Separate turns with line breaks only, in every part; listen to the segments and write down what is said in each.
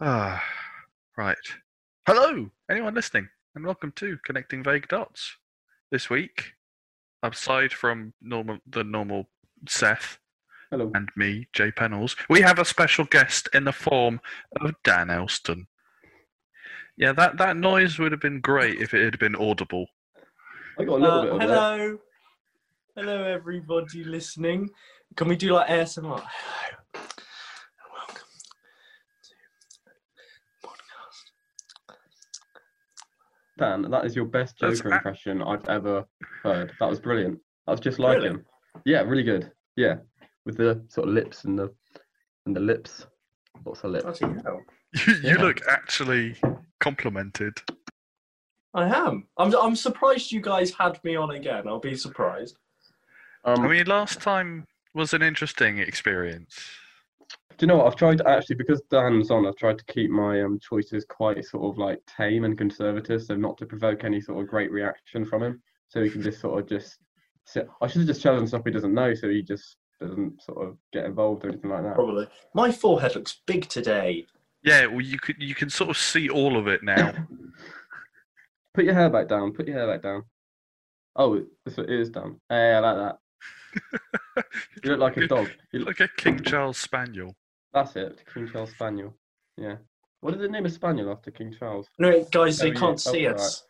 Ah, right. Hello, anyone listening, and welcome to Connecting Vague Dots. This week, aside from normal, the normal Seth
Hello.
and me, Jay Pennells, we have a special guest in the form of Dan Elston. Yeah, that, that noise would have been great if it had been audible.
I got a little
Uh,
bit of that.
hello. Hello, everybody listening. Can we do like ASMR? Hello. and Welcome to podcast.
Dan, that is your best
That's
Joker
a-
impression I've ever heard. That was brilliant. That was just like
Really?
him. Yeah, really good. Yeah, with the sort of lips and the and the lips. Lots of lips.
Bloody hell.
You, you
Yeah.
look actually complimented.
I am. I'm, I'm surprised you guys had me on again. I'll be surprised.
Um,
I mean, last time was an interesting experience.
do you know what? I've tried to actually because Dan's on. I've tried to keep my um choices quite sort of like tame and conservative, so not to provoke any sort of great reaction from him. So he can just sort of just. Sit. I should have just chosen stuff he doesn't know, so he just doesn't sort of get involved or anything like that.
Probably. My forehead looks big today.
Yeah, well, you could you can sort of see all of it now.
Put your hair back down. Put your hair back down. Oh, it's, it is down. Hey, I like that. You look like a
Good.
dog. You
You look
look,
like a King Charles Spaniel.
that's it. King Charles Spaniel. Yeah. What did they name a Spaniel after King Charles?
No, guys,
Oh,
they
yeah.
can't
Oh,
see us.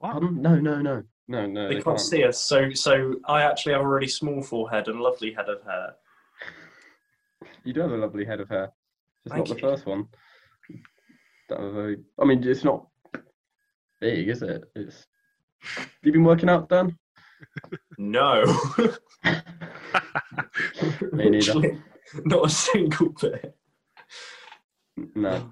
Pardon? No, no, no. No, no.
They can't see us. So, so I actually have a really small forehead and lovely head of hair.
You do have a lovely head of hair. Just
Thank
not the
you.
first one. That was very, I mean, it's not big, is it? It's. You been working out, Dan?
No.
Me neither.
Literally, Not a single bit.
No.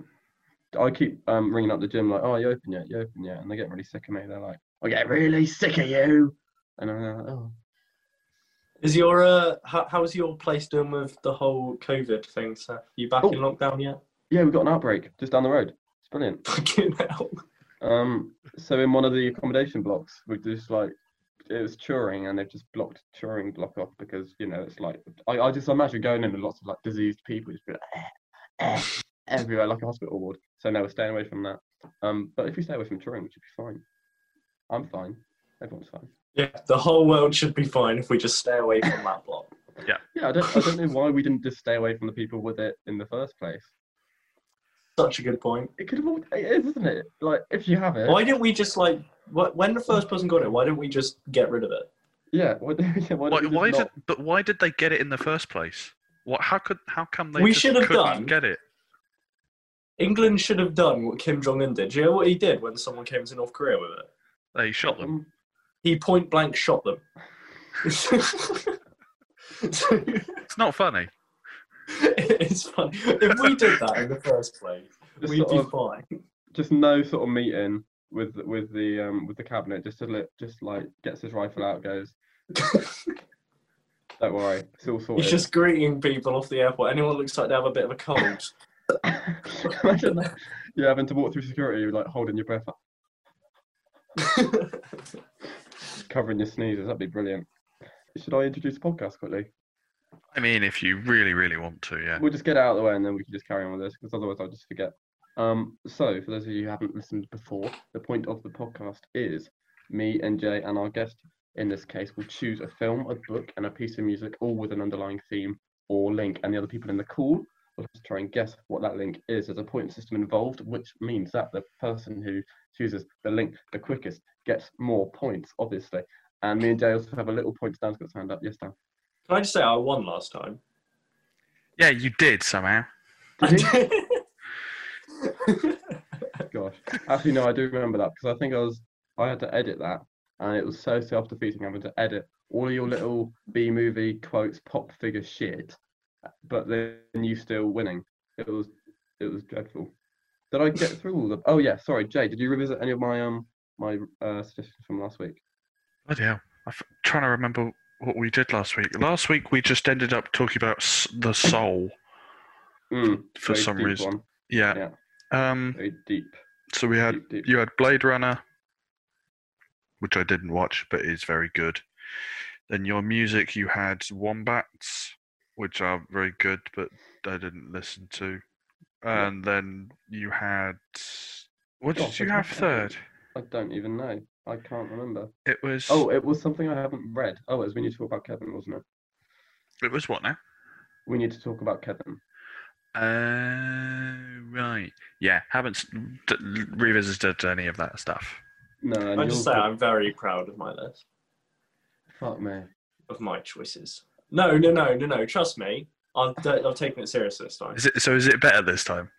I keep um, ringing up the gym like, "Oh, you open yet? You open yet?" And they get really sick of me. They're like, "I get really sick of you," and I'm like, "Oh,
Is your uh, how, how's your place doing with the whole COVID thing, Seth? You back
Oh.
in lockdown yet?
yeah, we've got an outbreak just down the road. It's brilliant."
Fucking hell!
Um, so in one of the accommodation blocks, we just like it was Turing, and they've just blocked Turing block off because you know it's like I, I just imagine going in with lots of like diseased people just be like, "Eh, everywhere like a hospital ward. So no, we're staying away from that. Um, but if we stay away from Turing, we should be fine. I'm fine. Everyone's fine.
Yeah, the whole world should be fine if we just stay away from that block.
Yeah, I don't, I don't know why we didn't just stay away from the people with it in the first place.
Such a good point.
It could have all, it is, isn't it? Like, if you have it,
Why didn't we just like wh- when the first person got it? Why didn't we just get rid of it?
yeah, why, do- yeah, why,
Why,
don't we
why
just
did but why did they get it in the first place? What? How could? How come they?
We
just
should have
couldn't
done.
Get it?
England should have done what Kim Jong Un did. Do you know what he did when someone came to North Korea with it?
They
not-
shot them.
Um,
He point blank shot them.
It's not funny.
it's funny. If we did that in the first place,
Just,
we'd
sort
be
of,
fine.
just no sort of meeting with with the um with the cabinet, just to let, just like gets his rifle out, goes, don't worry, it's all sorted.
He's just greeting people off the airport. Anyone looks like they have a bit of a cold.
Imagine that. You're having to walk through security, like holding your breath, covering your sneezes. That'd be brilliant. Should I introduce the podcast quickly?
I mean, if you really, really want to, yeah.
We'll just get it out of the way and then we can just carry on with this because otherwise I'll just forget. Um, so, for those of you who haven't listened before, the point of the podcast is me and Jay and our guest in this case will choose a film, a book, and a piece of music, all with an underlying theme or link. And the other people in the call will have to try and guess what that link is. There's a point system involved, which means that the person who chooses the link the quickest gets more points, obviously. And me and Jay also have a little point. Dan's got his hand up. Yes, Dan.
Can I just say I won last time?
Yeah, you did somehow.
Did you?
I did.
Gosh, actually, no, I do remember that because I think I was I had to edit that, and it was so self-defeating having to edit all of your little B movie quotes, pop figure shit, but then you still winning. It was it was dreadful. Did I get through all the? Oh yeah, sorry, Jay. Did you revisit any of my um my uh, suggestions from last week?
Bloody hell. I'm f- trying to remember what we did last week. Last week we just ended up talking about s- the soul
Mm,
for
very
some
deep
reason.
one,
Yeah. Um.
very deep,
So we had
deep, deep.
you had Blade Runner, which I didn't watch, but is very good. Then your music, you had Wombats, which are very good, but I didn't listen to.
Yeah.
and then you had what
Oh,
did you
that's
have
okay.
third?
I don't even know. I can't remember.
It was
Oh, it was something I haven't read. Oh, it was when you talk about Kevin, wasn't it?
it was what now?
We need to talk about Kevin.
Uh, right. Yeah, haven't s- d- revisited any of that stuff.
No, and
I just say
yours-
I'm very proud of my list,
Fuck me.
of my choices. No, no, no, no, no. Trust me, I've, d- I've taken it serious this time.
Is it so? Is it better this time?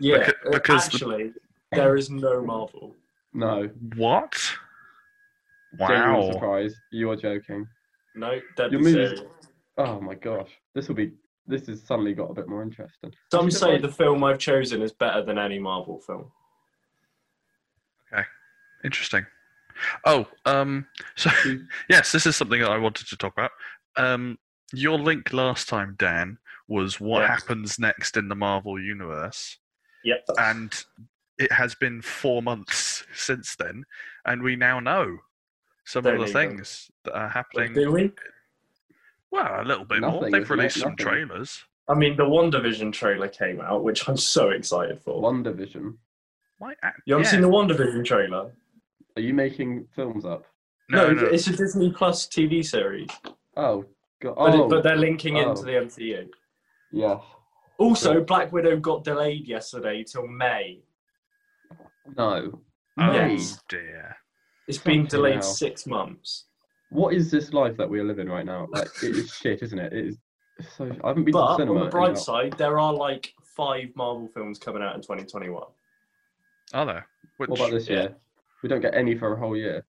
Yeah,
Becau-
uh,
because the-
actually, there is no Marvel.
No.
What?
Genuine
Wow.
Surprise. You are joking.
No, that'd
Your
be
movies-
serious.
Oh my gosh. This will be. This has suddenly got a bit more interesting.
Some
Actually,
say
like-
the film I've chosen is better than any Marvel film.
Interesting. Oh, um. So
You-
yes, this is something that I wanted to talk about. Um, your link last time, Dan, was what
Yes.
happens next in the Marvel universe,
Yep.
and it has been four months since then, and we now know some
Don't
of the
need them.
things that are
Like,
happening.
do we?
Well, a little bit more.
Nothing,
They've
isn't it?
released some
Nothing.
trailers.
I mean, the WandaVision trailer came out, which I'm so excited for.
One division.
Why? act-
You haven't
yeah.
seen the WandaVision trailer?
Are you making films up?
No, no.
it's a Disney Plus TV series,
Oh. God.
but,
Oh.
it, but they're linking
Oh.
into the MCU.
yeah.
Also, Black Widow got delayed yesterday till May.
No.
Oh
Yes.
dear.
It's been
Fucking
delayed
hell.
six months.
What is this life that we are living right now? Like it is shit, isn't it? It is. So I haven't been to the
But
cinema.
on the
in
bright
about-
side, there are like five Marvel films coming out in 2021.
Are there? Which,
What about this
Yeah.
year? We don't get any for a whole year.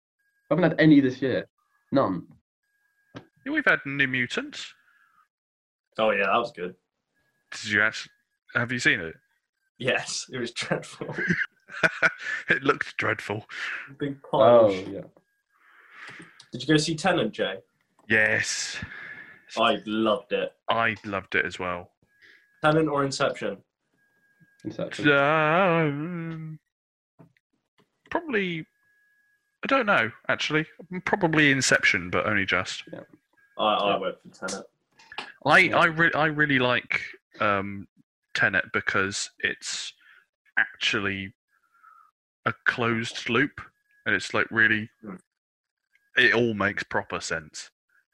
We haven't had any this year. None.
Yeah, We've had New Mutants.
Oh yeah, that was good.
Did you actually, have you seen it?
Yes, it was dreadful.
it looked dreadful.
Big pile.
Oh
of shit.
yeah.
Did you go see Tenant, Jay?
Yes,
I loved it.
I loved it as well.
Tenant or Inception?
Inception.
Um, probably, I don't know. Actually, probably Inception, but only just.
I, I went for Tenant.
I
Yeah.
I, re- I really like um, Tenet because it's actually a closed loop, and it's like really
Mm.
it all makes proper sense,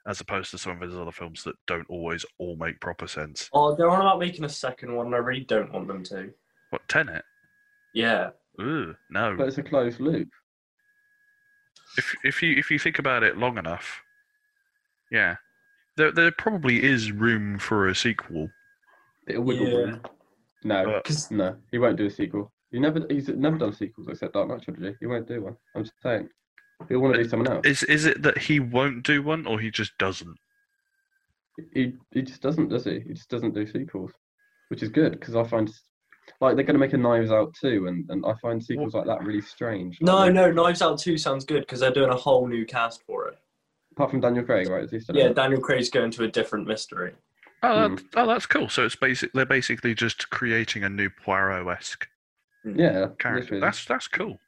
as opposed to some of his other films that don't always all make proper sense.
Oh, they're on about making a second one, and I really don't want them to.
What Tenet?
Yeah.
Ooh, no.
But it's a closed loop.
if if you if you think about it long enough, yeah, there there probably is room for a sequel.
Bit of wiggle
Yeah.
room. No,
But-
Because
no, he won't do a sequel. He never, he's never done sequels except Dark Knight trilogy. He won't do one. I'm just saying, he'll want to do something else.
Is is it that he won't do one or he just doesn't?
He, he just doesn't, does he? He just doesn't do sequels, which is good because I find, s- like, they're going to make a Knives Out too, and, and I find sequels like that really strange.
no, no, Knives Out Two sounds good because they're doing a whole new cast for it.
Apart from Daniel Craig, right? Is he still in
Yeah,
it?
Daniel Craig's going to a different mystery.
Oh,
Hmm.
that, oh, that's cool. So it's basic. They're basically just creating a new Poirot-esque
yeah.
character.
literally.
That's that's cool.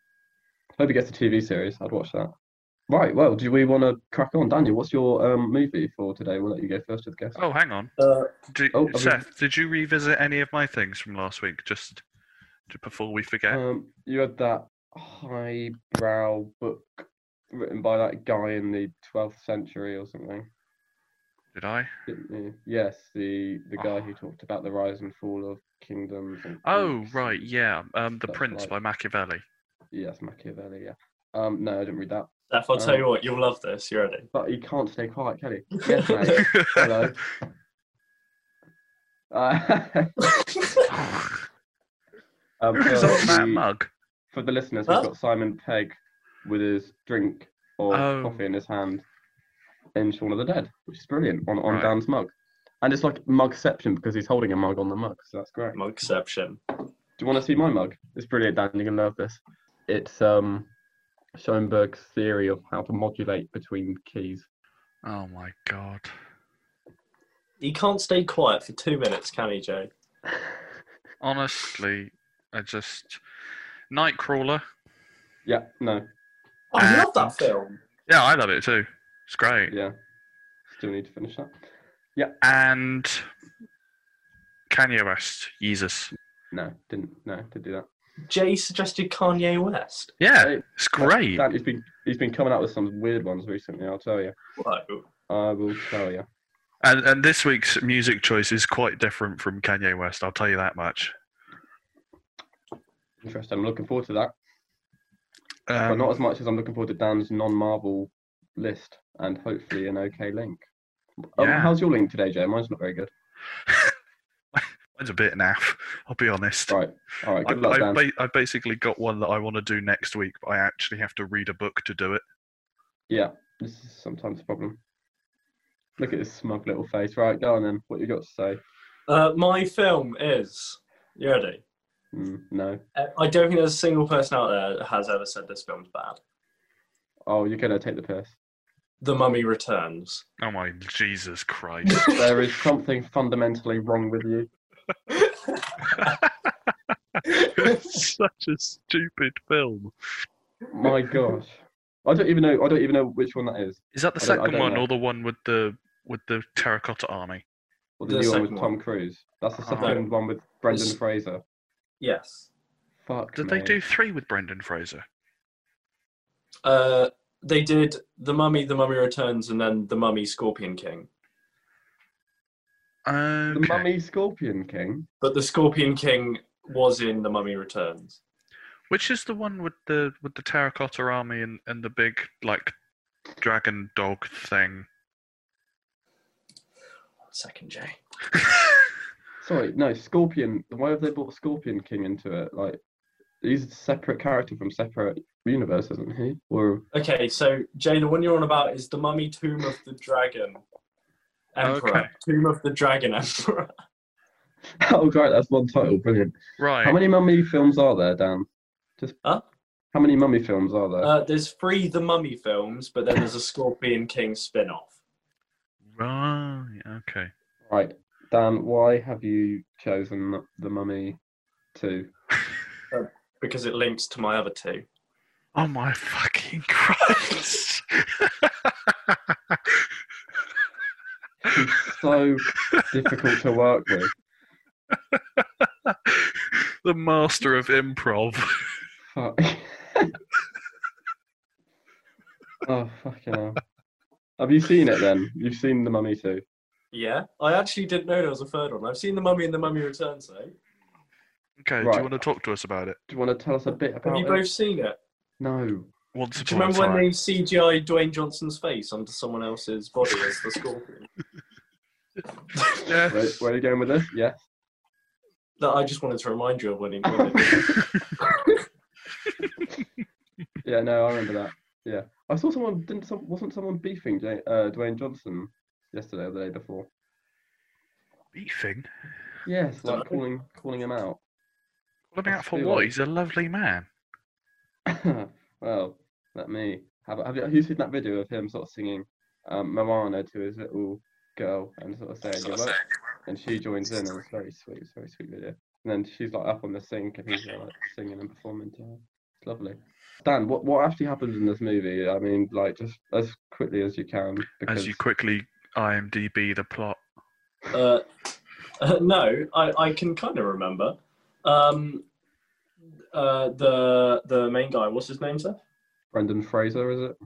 Hope he gets a TV series. I'd watch that. Right. Well, do we want to crack on, Daniel? What's your um, movie for today? We'll let you go first with guest.
Oh, hang on.
Uh,
Did,
Oh, I was-
Seth, did you revisit any of my things from last week? Just to- before we forget.
Um, you had that highbrow book written by that guy in the 12th century or something,
did I?
didn't you? Yes, the the guy
Ah.
who talked about the rise and fall of kingdoms. And
Oh,
groups.
right. Yeah. Um, The
That's
Prince
right.
by Machiavelli.
Yes, Machiavelli. Yeah. Um, no, I didn't read that.
Steph, I'll tell
Um,
you what, you'll love this. You ready?
But he can't stay quiet, can he? Yes, mate. Hello. Uh, um,
Who's
so
on that
the-
mug?
for the listeners,
Huh?
we've got Simon Pegg with his drink or
Oh.
coffee in his hand in Shaun of the Dead, which is brilliant on, on
Right.
Dan's mug. And it's like mugception because he's holding a mug on the mug, so that's great. Do
Mugception.
you want to see my mug? It's brilliant, Dan. You're gonna love this. It's um Schoenberg's theory of how to modulate between keys.
Oh my god.
He can't stay quiet for two minutes, can he, Jay?
Honestly, I just Nightcrawler.
Yeah, no,
I love
And-
that film.
Yeah, I love it too. It's great.
yeah. Still need to finish that.
And Kanye West, Jesus.
No, didn't. No, didn't do that.
Jay suggested Kanye West.
Yeah,
Hey,
it's great.
Dan, he's been he's been coming out with some weird ones recently. I'll tell you.
Whoa.
I will tell you.
And and this week's music choice is quite different from Kanye West. I'll tell you that much.
Interesting. I'm looking forward to that, but
Um,
not as much as I'm looking forward to Dan's non-Marvel list and hopefully an okay link. Um,
Yeah.
How's your link today, Jay? Mine's not very good.
mine's a bit naff. I'll be honest.
Right. All right.
I,
Good luck,
I,
Dan.
ba- I basically got one that I want to do next week, but I actually have to read a book to do it.
Yeah, this is sometimes a problem. Look at his smug little face. Right, go on then. What you got to say?
Uh, my film is. You ready?
Mm, no.
Uh, I don't think there's a single person out there that has ever said this film's bad.
Oh, you're gonna take the piss.
The Mummy Returns.
Oh my Jesus Christ!
There is something fundamentally wrong with you.
Such a stupid film.
My gosh. I don't even know. I don't even know which one that is.
Is that the
I don't- I
second
don't
one
know.
or the one with the with the terracotta army?
Or the,
The
new one with
second
Tom Cruise. That's the
Oh.
second one with Brendan
It's-
Fraser.
yes.
Fuck.
Did
me.
they do three with Brendan Fraser?
Uh, they did The Mummy, The Mummy Returns, and then The Mummy Scorpion King.
Okay.
the Mummy Scorpion King?
But the Scorpion King was in The Mummy Returns.
Which is the one with the with the terracotta army and, and the big like dragon dog thing?
One second, Jay.
Sorry, no. Scorpion. Why have they brought Scorpion King into it? Like, he's a separate character from separate universe, isn't he? Or
Okay, so Jay, the one you're on about is The Mummy Tomb of the Dragon Emperor.
Okay.
Tomb of the Dragon Emperor.
oh, great, that's one title. Brilliant. How
right.
many mummy films are there, Dan? Just
Huh?
how many mummy films are there?
Uh, there's three The Mummy films, but then there's a Scorpion King spin off.
Right. Okay.
right, Dan, why have you chosen the mummy two?
Because it links to my other two.
Oh my fucking Christ!
It's so difficult to work with.
the master of improv.
Fuck. oh fucking hell. Have you seen it then? You've seen the mummy two.
Yeah, I actually didn't know there was a third one. I've seen The Mummy and The Mummy Returns, though.
Okay. Do
Right.
you want to talk to us about it?
Do you want to tell us a bit
Have
about
you
it?
both seen it?
No.
Once upon
Do you remember
a time.
when they CGI Dwayne Johnson's face onto someone else's body as the scorpion?
Yeah.
Where, where are you going with this? Yeah.
that I just wanted to remind you of when he when it-
Yeah, no, I remember that. Yeah, I saw someone. Didn't some, wasn't someone beefing Jay, uh, Dwayne Johnson yesterday or the day before?
Beefing.
Yes,
Dunno.
like calling calling him out.
What about for
feel
what?
like-
He's a lovely man.
well, let me have. a- Have you, have you seen that video of him sort of singing um, Moana to his little girl and sort of saying good luck? And she joins in, and it's very sweet. It's a very sweet video. And then she's like up on the sink, and he's uh, like singing and performing to her. It's lovely. Dan, what, what actually happens in this movie? I mean, like just as quickly as you can. Because...
As you quickly IMDb the plot.
uh, uh, no, I, I can kind of remember. Um, uh, the the main guy, what's his name, sir?
Brendan Fraser, is it?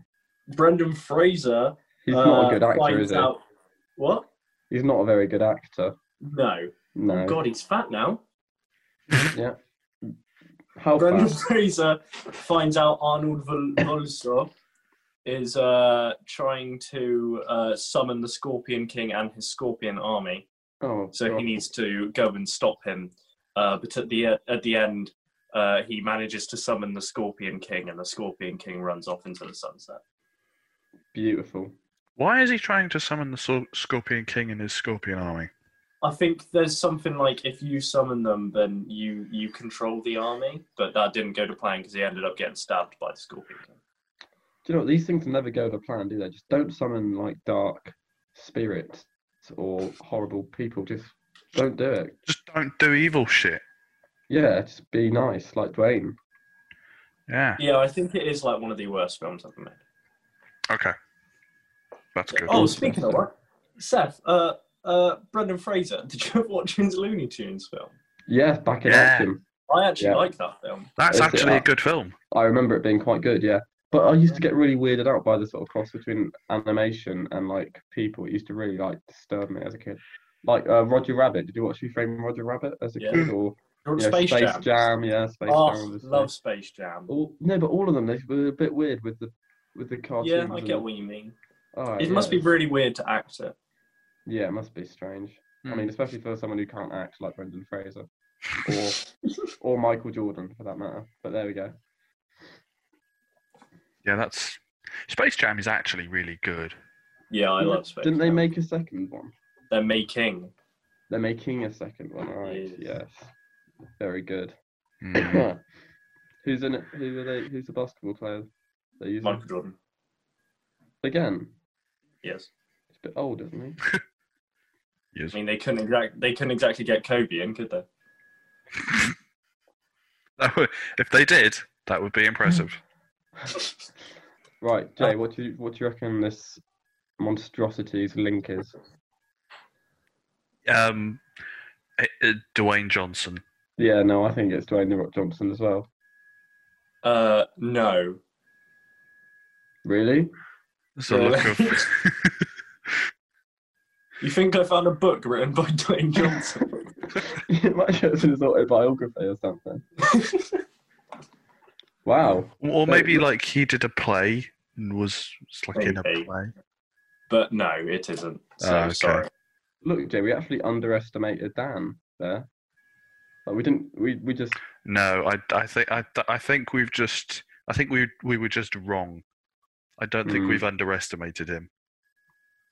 Brendan Fraser.
He's
uh,
not a good actor,
finds
is he?
out- What?
He's not a very good actor.
No.
No.
Oh God, he's fat now.
How
Brendan
fast?
Fraser finds out Arnold Vol- Volsov is uh, trying to uh, summon the Scorpion King and his Scorpion army,
Oh,
so
God.
he needs to go and stop him. Uh, but at the at the end, uh, he manages to summon the Scorpion King, and the Scorpion King runs off into the sunset.
beautiful.
Why is he trying to summon the Sor- Scorpion King and his Scorpion army?
I think there's something like if you summon them, then you you control the army. But that didn't go to plan because he ended up getting stabbed by the Scorpion King.
Do you know what? These things never go to plan, do they? Just don't summon like dark spirits or horrible people. Just don't do it.
Just don't do evil shit.
Yeah, just be nice, like Dwayne.
Yeah.
Yeah, I think it is like one of the worst films ever made.
Okay. That's good.
Oh,
Oh,
speaking of
Spencer.
what, Seth, uh, uh, Brendan Fraser, did you ever watch his Looney Tunes film?
Yes, back in
Yeah.
action.
I actually
Yeah.
like that film.
That's
Is it
actually a
up?
good film.
I remember it being quite good, yeah. But I used to get really weirded out by the sort of cross between animation and like people. It used to really like disturb me as a kid. Like uh, Roger Rabbit. Did you watch Who Framed Roger Rabbit as a
Yeah.
kid? Or you know,
Space, Jam.
yeah, Space
oh,
Jam. obviously.
love Space Jam.
All, no, but all of them they were a bit weird with the with the cartoons.
yeah, I
and-
get what you mean.
Oh,
It
yeah,
must be
it's-
really weird to act it.
Yeah, it must be strange. I
Hmm.
mean, especially for someone who can't act like Brendan Fraser or or Michael Jordan for that matter. But there we go.
Yeah, that's Space Jam is actually really good.
Yeah, I love Space
Didn't they
Jam.
make a second one?
They're making.
They're making a second one, all right?
Yes.
Yes. Very good.
Mm.
who's in it? Who are they? Who's the basketball player? They use
Michael Jordan.
again.
Yes.
He's a bit old, isn't
Yes.
I mean, they couldn't exact. They couldn't exactly get Kobe in, could they?
That would- if they did, that would be impressive.
he? right,
Uh,
Jay. What do you what do you reckon this monstrosity's link is?
Um, eh, eh, Dwayne Johnson.
Yeah, no, I think it's Dwayne the Rock Johnson as well.
Uh, no.
Really?
There's a look of
You think I found a book written by Dwayne Johnson?
it might show us in his autobiography or something. Wow.
or maybe like he did a play and was was, like in a
Maybe.
play.
but no, it isn't. So
Ah, okay.
sorry.
Look, Jay, we actually underestimated Dan there. Like we didn't. We we just
No, I, I think I, I think we've just I think we we were just wrong. I don't think
Hmm.
we've underestimated him.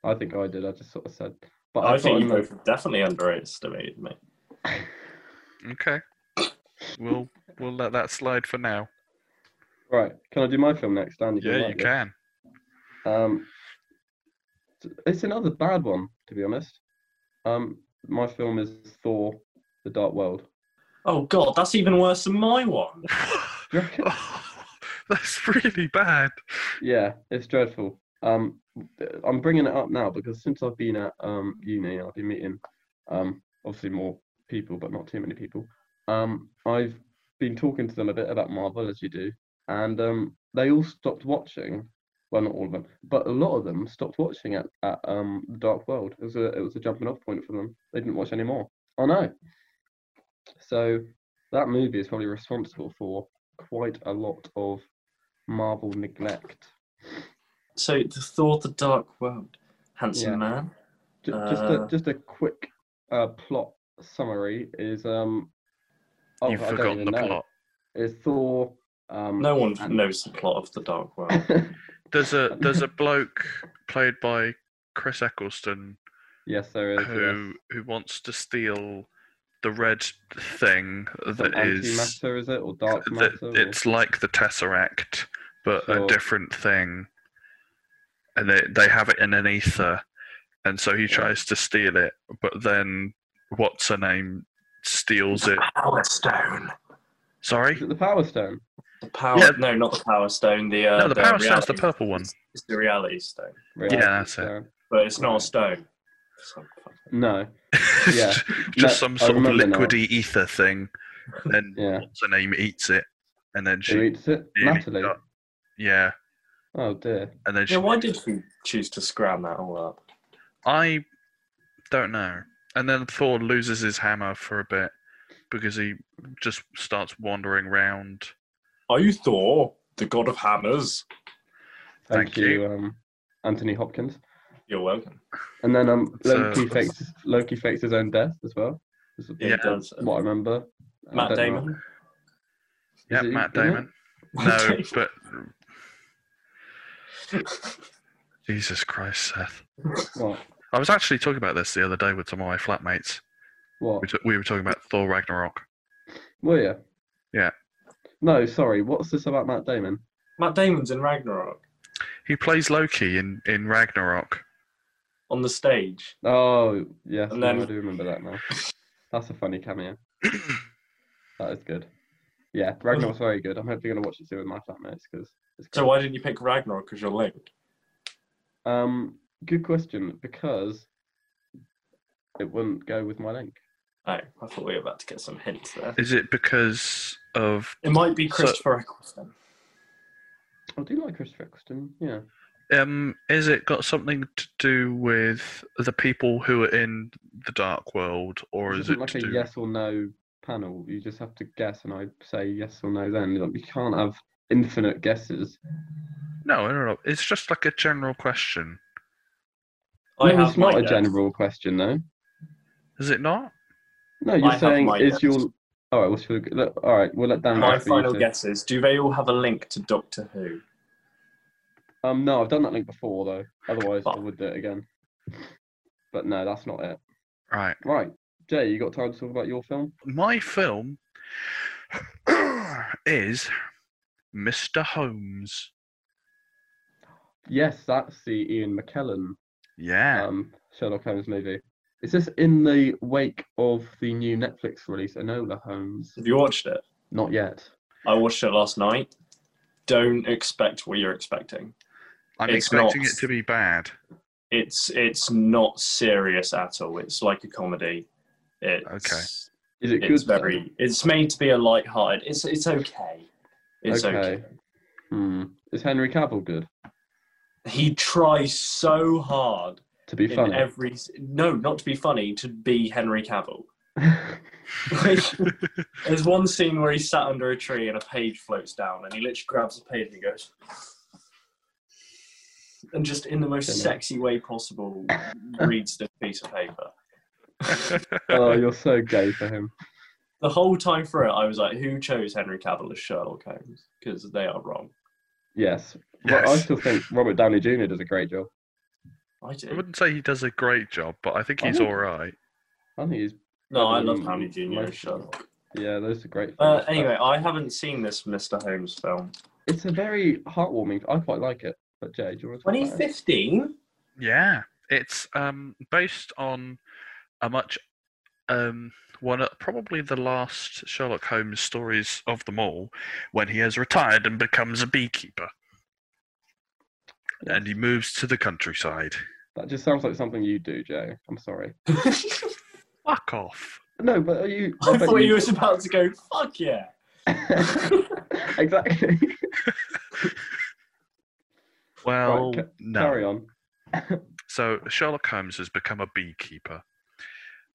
I think I did. I just sort of said. But
I,
I,
think you
thought
both have definitely underestimated me.
Okay, we'll we'll let that slide for now.
right. Can I do my film next, Dan? You
Yeah, you
like this.
can.
Um, it's another bad one, to be honest. Um, my film is Thor: The Dark World.
Oh God, that's even worse than my one.
Do you reckon?
that's really bad.
yeah, it's dreadful. Um, I'm bringing it up now because since I've been at um uni, I've been meeting um obviously more people, but not too many people. Um, I've been talking to them a bit about Marvel, as you do, and um, they all stopped watching. Well, not all of them, but a lot of them stopped watching at, at um The Dark World. It was a it was a jumping off point for them. They didn't watch any more. I know. So that movie is probably responsible for quite a lot of Marvel neglect.
So the Thor: The Dark World, handsome
Yeah.
man.
Ju- just
Uh,
a just a quick uh, plot summary is um oh,
You've
I don't
forgotten
even
the
know.
plot.
Is Thor um
No one
and-
knows the plot of The Dark World.
There's a there's a bloke played by Chris Eccleston
yes there is
who who wants to steal the red thing that
yes.
is
antimatter is it or dark
that
matter or-
Uh, it's like the tesseract but a
Sure.
different thing and they, they have it in an ether and so he
Yeah.
tries to steal it but then what's her name steals it
Power Stone.
sorry
is it the Power Stone?
The power?
Yeah.
No, not the Power Stone. The uh,
no the power stone's the
reality-
purple one
It's the Reality Stone,
Reality
that's it.
Stone.
but it's not a stone. Some fuck-
No,
It's
Yeah.
just
No,
some
I
sort of
remember now.
liquidy ether thing and
yeah.
what's her name eats it and then
Who
she
eats it?
nearly
Natalie.
got- yeah
Oh dear.
and then she
Yeah, why did you choose to scram that all up?
I don't know. And then Thor loses his hammer for a bit because he just starts wandering round.
Are you Thor, the god of hammers?
Thank
Thank,
you.
you, um, Anthony Hopkins.
You're welcome.
And then um,
It's, uh,
Loki fakes Loki fakes his own death as well. Is
Yeah.
He does. uh,
what I remember. I
Matt
don't know.
Damon.
Is
Yeah,
it-
Matt
is it?
Damon. No, but Jesus Christ, Seth.
What?
I was actually talking about this the other day with some of my flatmates.
What?
We, t- we were talking about Thor Ragnarok.
Were you?
Yeah.
No, sorry. What's this about Matt Damon?
Matt Damon's in Ragnarok
He plays Loki in, in Ragnarok.
on the stage.
Oh, yes.
And
no,
then-
I do remember that now. That's a funny cameo. that is good. Yeah, Ragnarok's very good. I'm hopefully going to watch it soon with my flatmates because it's
So
great.
why didn't you pick Ragnarok because you're linked?
Um, good question because it wouldn't go with my link.
Oh, I thought we were about to get some hints there.
Is it because of
It might be
So-
Christopher Eccleston.
I do like Christopher Eccleston. Yeah.
um? Is it got something to do with the people who are in the dark world, or
This
is it
isn't like
to
a
do?
yes or no panel. You just have to guess, and I say yes or no. Then like, you can't have infinite guesses.
No, I don't know. It's just like a general question.
I
no,
have
it's not
my
a
guess.
general question though.
Is it not?
No, you're
have
saying
my
is
guess.
your all right? What's your look, all right? We'll let Dan.
My
guess for you
final
two.
guess is: Do they all have a link to Doctor Who?
Um, no, I've done that link before though. Otherwise, I
Fuck.
would do it again. But no, that's not it.
Right.
Right, Jay, you got time to talk about your film?
My film is Mr. Holmes.
Yes, that's the Ian McKellen
Yeah.
um, Sherlock Holmes movie. Is this in the wake of the new Netflix release, Enola Holmes?
Have you watched it?
Not yet.
I watched it last night. Don't expect what you're expecting.
I'm
it's
expecting
not.
it to be bad.
It's it's not serious at all. It's like a comedy. It's,
Okay.
Is it
It's
good? though?
very. It's made to be a light-hearted. It's it's okay. It's
Okay.
okay.
Hmm. Is Henry Cavill good?
He tries so hard
To be
in
funny.
every. No, not to be funny. To be Henry Cavill. Like, there's one scene where he's sat under a tree and a page floats down, and he literally grabs the page and he goes, and just in the most
Dunno.
sexy way possible, reads the piece of paper.
oh, you're so gay for him.
The whole time through it, I was like, who chose Henry Cavill as Sherlock Holmes? Because they are wrong.
Yes. Ro- I
yes.
still think Robert Downey Jr. does a great job.
I
I
do.
wouldn't say he does a great job, but I think
I
he's
would-
all right.
I think he's
No, I
Mm,
love Downey Jr.
most-
as Sherlock.
yeah, those are great. Films,
Uh,
but
anyway, I haven't seen this Mr. Holmes film.
it's a very heartwarming. I quite like it. But Jay, do you want to talk about it?
2015?
Yeah. It's um based on a much um one of probably the last Sherlock Holmes stories of them all when he has retired and becomes a beekeeper. And he moves to the countryside.
That just sounds like something you do, Jay. I'm sorry.
I
Fuck off.
No, but are you? I bet
thought you was about to go, fuck yeah.
exactly.
Well,
ca-
no.
Carry on.
So Sherlock Holmes has become a beekeeper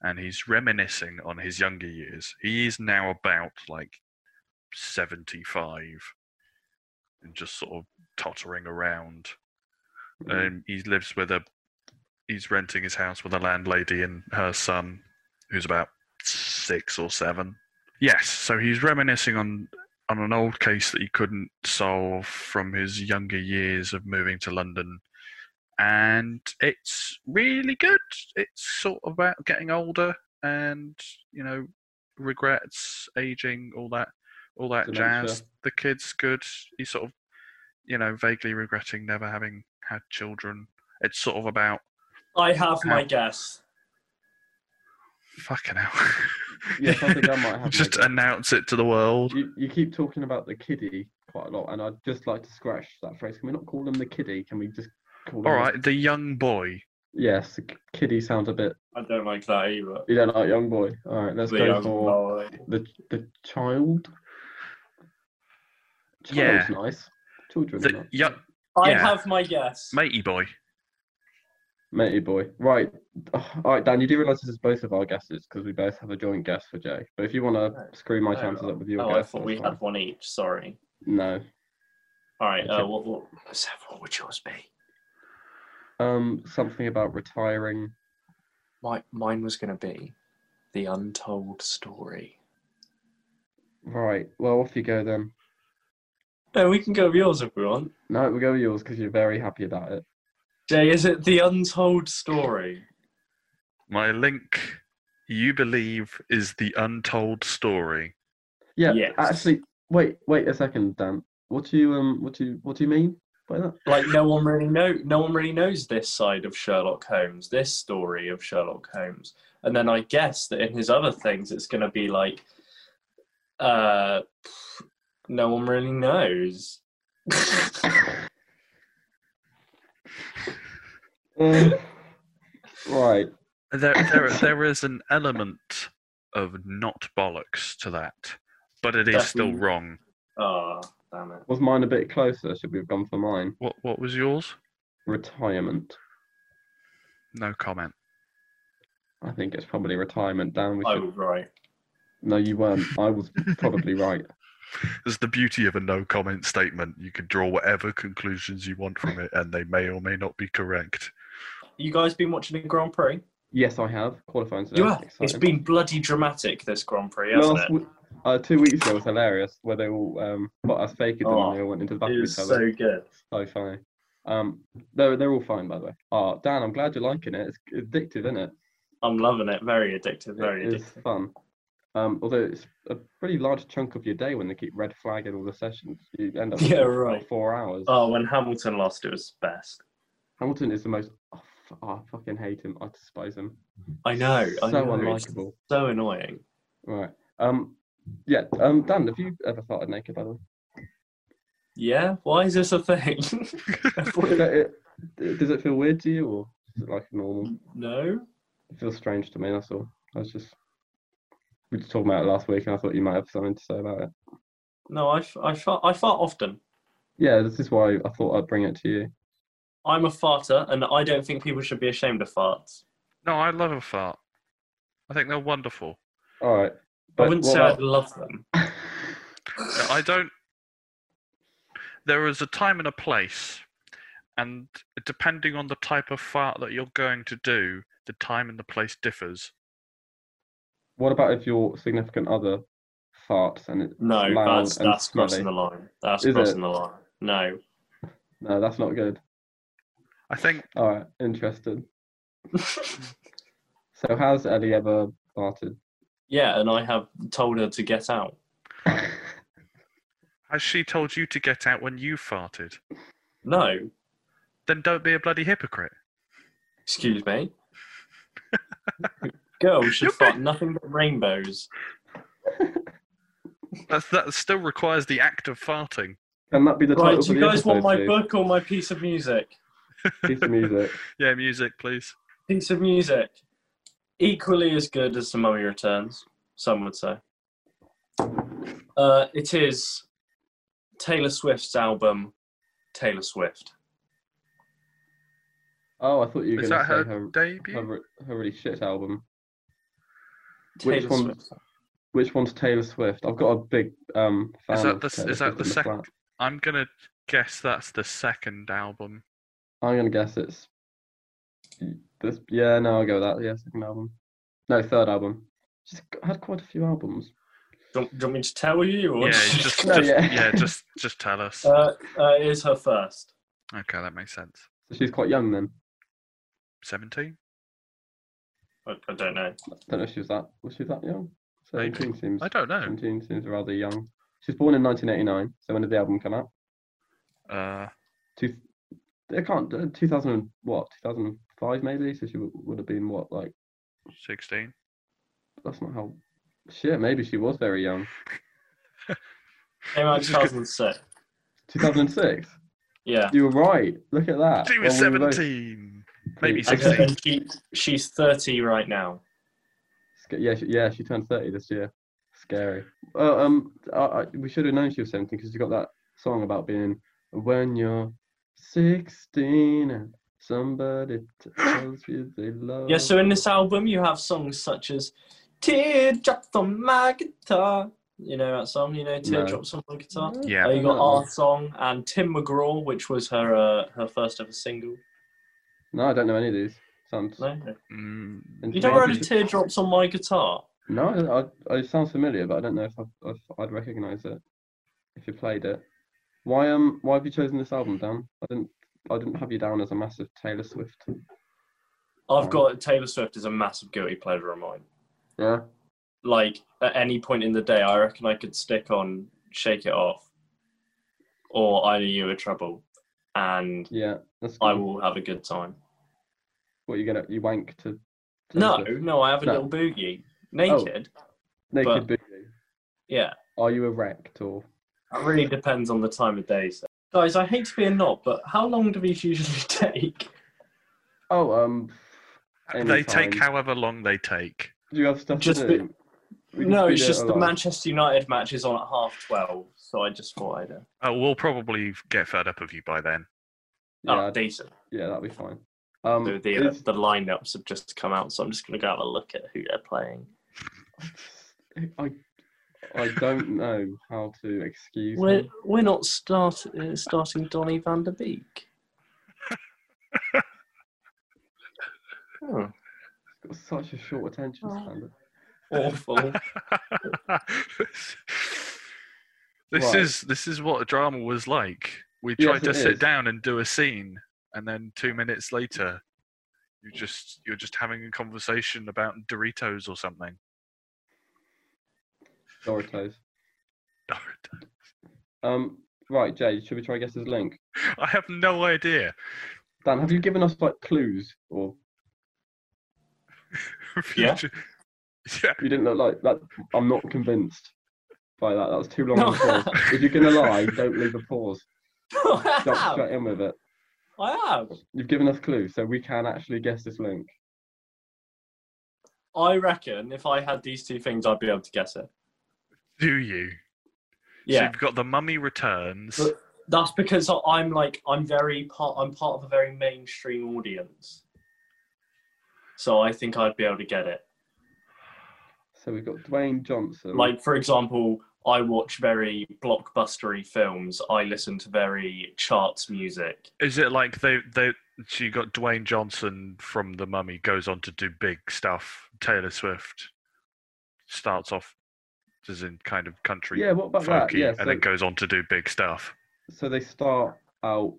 and he's reminiscing on his younger years. He is now about like 75 and just sort of tottering around. Um, he lives with a, he's renting his house with a landlady and her son, who's about six or seven. Yes, so he's reminiscing on on an old case that he couldn't solve from his younger years of moving to London, and it's really good. It's sort of about getting older and you know regrets, aging, all that, all that
Dementia.
jazz. The kid's good. He's sort of you know vaguely regretting never having had children. It's sort of about
I have my guess.
fucking hell.
Yes, I think I might have my
just
guess.
announce it to the world.
You, you keep talking about the kiddie quite a lot, and I'd just like to scratch that phrase. Can we not call him the kiddie? Can we just call him?
All
the-
right, the young boy.
Yes, the k- kiddie sounds a bit.
I don't like that either.
You don't like young boy. All right, let's
The
go
young
for
boy.
the the child. Child's
Yeah.
nice. Children. are
The
nice.
young
I
Yeah.
have my guess.
matey boy.
Matey boy. Right. All right, Dan, you do realise this is both of our guesses because we both have a joint guess for Jay. But if you want
No.
to screw my
No,
chances up with your
oh, I
guess,
thought
that's
we
fine.
had one each. Sorry.
No.
All right.
Okay.
Uh, what, what, Seth, what would yours be?
Um, something about retiring.
My, mine was going to be the untold story.
Right. Well, off you go then.
No, we can go with yours if we want.
No, we'll go with yours because you're very happy about it.
Jay, is it the untold story?
My link, you believe, is the untold story.
Yeah.
Yes.
Actually, wait, wait a second, Dan. What do you um? What do you what do you mean by that?
Like no one really know, no one really knows this side of Sherlock Holmes, this story of Sherlock Holmes. And then I guess that in his other things, it's going to be like, uh, no one really knows.
Um, right. Um,
There, there, there is an element of not bollocks to that, but it is still
Definitely.
wrong.
Oh, damn it.
Was mine a bit closer? Should we have gone for mine?
What what was yours?
Retirement.
No comment.
I think it's probably retirement. Dan, we
I
should...
was right.
No, you weren't. I was probably right.
There's the beauty of a no comment statement. You can draw whatever conclusions you want from it, and they may or may not be correct.
You guys been watching the Grand Prix?
Yes, I have qualifying today.
You have. It's
Exciting.
been bloody dramatic this Grand Prix, hasn't
Last
it?
w- uh, two weeks ago was hilarious, where they all um, Bottas faked them
Oh,
and they all went into the back
It
of
was
each other.
so good.
So funny. Um, they're they're all fine by the way. Oh, Dan, I'm glad you're liking it. It's addictive, isn't it?
I'm loving it. Very addictive. Very
it is
addictive.
fun. Um, although it's a pretty large chunk of your day when they keep red flagging all the sessions, you end up with
Yeah,
about
right.
four hours.
Oh, when Hamilton lost, it was best.
Hamilton is the most. Oh, f- oh, I fucking hate him. I despise him.
I know.
So
I know. It's
unlikable.
so annoying.
Right. Um. Yeah. Um. Dan, have you ever farted naked? By the way,
Yeah, why is this a thing?
Is that it- does it feel weird to you, or is it like normal?
no.
It feels strange to me. That's all. I was just we were just talking about it last week, and I thought you might have something to say about it.
No, I, f- I, fart, I fart often.
Yeah. This is why I thought I'd bring it to you.
I'm a farter, and I don't think people should be ashamed of farts.
No, I love a fart. I think they're wonderful.
All right.
I wouldn't
what
say
about-
I love them.
Yeah, I don't. There is a time and a place, and depending on the type of fart that you're going to do, the time and the place differs.
What about if your significant other farts and it,
No,
Loud
that's
and
that's crossing the
smelly.
line. That's
Is
crossing
it?
the line. No.
no, that's not good.
I think
All right, interested. So has Ellie ever farted?
yeah, and I have told her to get out.
has she told you to get out when you farted?
No,
Then don't be a bloody hypocrite.
excuse me. Girls should fart nothing but rainbows.
That's, that still requires the act of farting.
Can that be the title
Right,
for
do you
the
guys want
episode,
my
please?
book or my piece of music?
Piece of music.
Yeah, music, please.
Piece of music. Equally as good as The Mummy Returns, some would say. Uh, it is Taylor Swift's album, Taylor Swift.
Oh, I thought you were
Is
going
that
to say her
her
her,
debut?
re- her really shit album.
Taylor
Which one-
Swift.
Which one's Taylor Swift? I've got a big um. Fan
Is that
of
the s-
Taylor
is that
Swift
the
in
second-
flat.
I'm gonna guess that's the second album.
I'm gonna guess it's this. Yeah, no, I'll go with that. Yeah, second album. No, third album. She's g- had quite a few albums.
Do you, do you want me to tell you? Or
Yeah, just,
No,
just
yeah.
yeah, just just tell us.
uh, uh, it is her first.
Okay, that makes sense.
So she's quite young then.
Seventeen.
I, I don't know.
I don't know if she was that. Was she that young?
Maybe.
Seventeen seems.
I don't know.
Seventeen seems rather young. She was born in 1989. So when did the album come out? Mm.
Uh,
Two. It can't. uh, 2000 and what? 2005 maybe. So she w- would have been what like.
sixteen.
That's not how. Shit, maybe she was very young.
Came out in
This is good.
2006.
2006.
Yeah.
you were right. Look at that.
She was
Uh, Well, we were both
seventeen. Maybe
pretty-
And,
Sixteen.
and she, she's 30 right now.
Sc- Yeah, she, yeah, she turned 30 this year. Scary. Well, um, I, I, we should have known she was 17 because she got that song about being when you're 16 and somebody t- tells you they love.
Yeah, so in this album, you have songs such as Teardrops on My Guitar. You know that song, you know, Teardrops on My Guitar.
Yeah.
Uh, you got
No.
our song and Tim McGraw, which was her uh, her first ever single.
No, I don't know any of these. Sounds.
No?
Mm,
You never heard
Maybe.
of Teardrops on My Guitar?
No,
Uh,
I, I, it sounds familiar, but I don't know if, I, if I'd recognise it if you played it. Why um why have you chosen this album, Dan? I didn't I didn't have you down as a massive Taylor Swift.
I've
Mm.
got Taylor Swift is a massive guilty pleasure of mine.
Yeah.
Like at any point in the day, I reckon I could stick on Shake It Off or I Knew You Were Trouble, and
Yeah. That's
I
cool.
will have a good time.
What you gonna you wank to? to
No,
the
no, I have a
No. Oh.
little boogie naked.
naked
but-
booty.
Yeah,
Are you erect or?
it really depends on the time of day. So. Guys, I hate to be a knob, but how long do these usually take?
Oh um.
They take
anytime.
however long they take.
Do you have stuff
Just
to
be-
do? We can
no,
do
it's
that
just the
alive.
Manchester United match is on at half twelve, so I just thought I'd uh,
Uh, we'll probably get fed up of you by then.
Yeah,
oh, decent.
yeah, that'll be fine. Um,
the the, uh,
is-
the lineups have just come out, so I'm just gonna go have a look at who they're playing.
I, I don't know how to excuse
We're
him.
we're not start, uh, starting Donny Van Der Beek. oh,
He's got such a short attention
Oh.
span.
awful.
this
Right.
is this is what a drama was like. We
Yes,
tried to
it
sit
is.
down and do a scene, and then two minutes later, you just you're just having a conversation about Doritos or something.
Doritos. Um, right, Jay, should we try guess his link?
I have no idea.
Dan, have you given us like clues or
Yeah.
Future- yeah.
you didn't look like that? I'm not convinced by that. That was too long
No.
of a pause. if you're gonna lie, don't leave a pause.
I
Jump
have.
straight in with it.
I have.
You've given us clues, so we can actually guess this link.
I reckon if I had these two things, I'd be able to guess it.
Do you? So
Yeah,
you've got the Mummy Returns.
But- that's because I- I'm like I'm very part. I'm part of a very mainstream audience, so I think I'd be able to get it.
So we've got Dwayne Johnson.
Like for example, I watch very blockbustery films. I listen to very charts music.
Is it like they they? So you got Dwayne Johnson from The Mummy goes on to do big stuff. Taylor Swift starts off as in kind of country
yeah, what about that?
folky,
Yeah,
and then
so,
goes on to do big stuff.
so they start out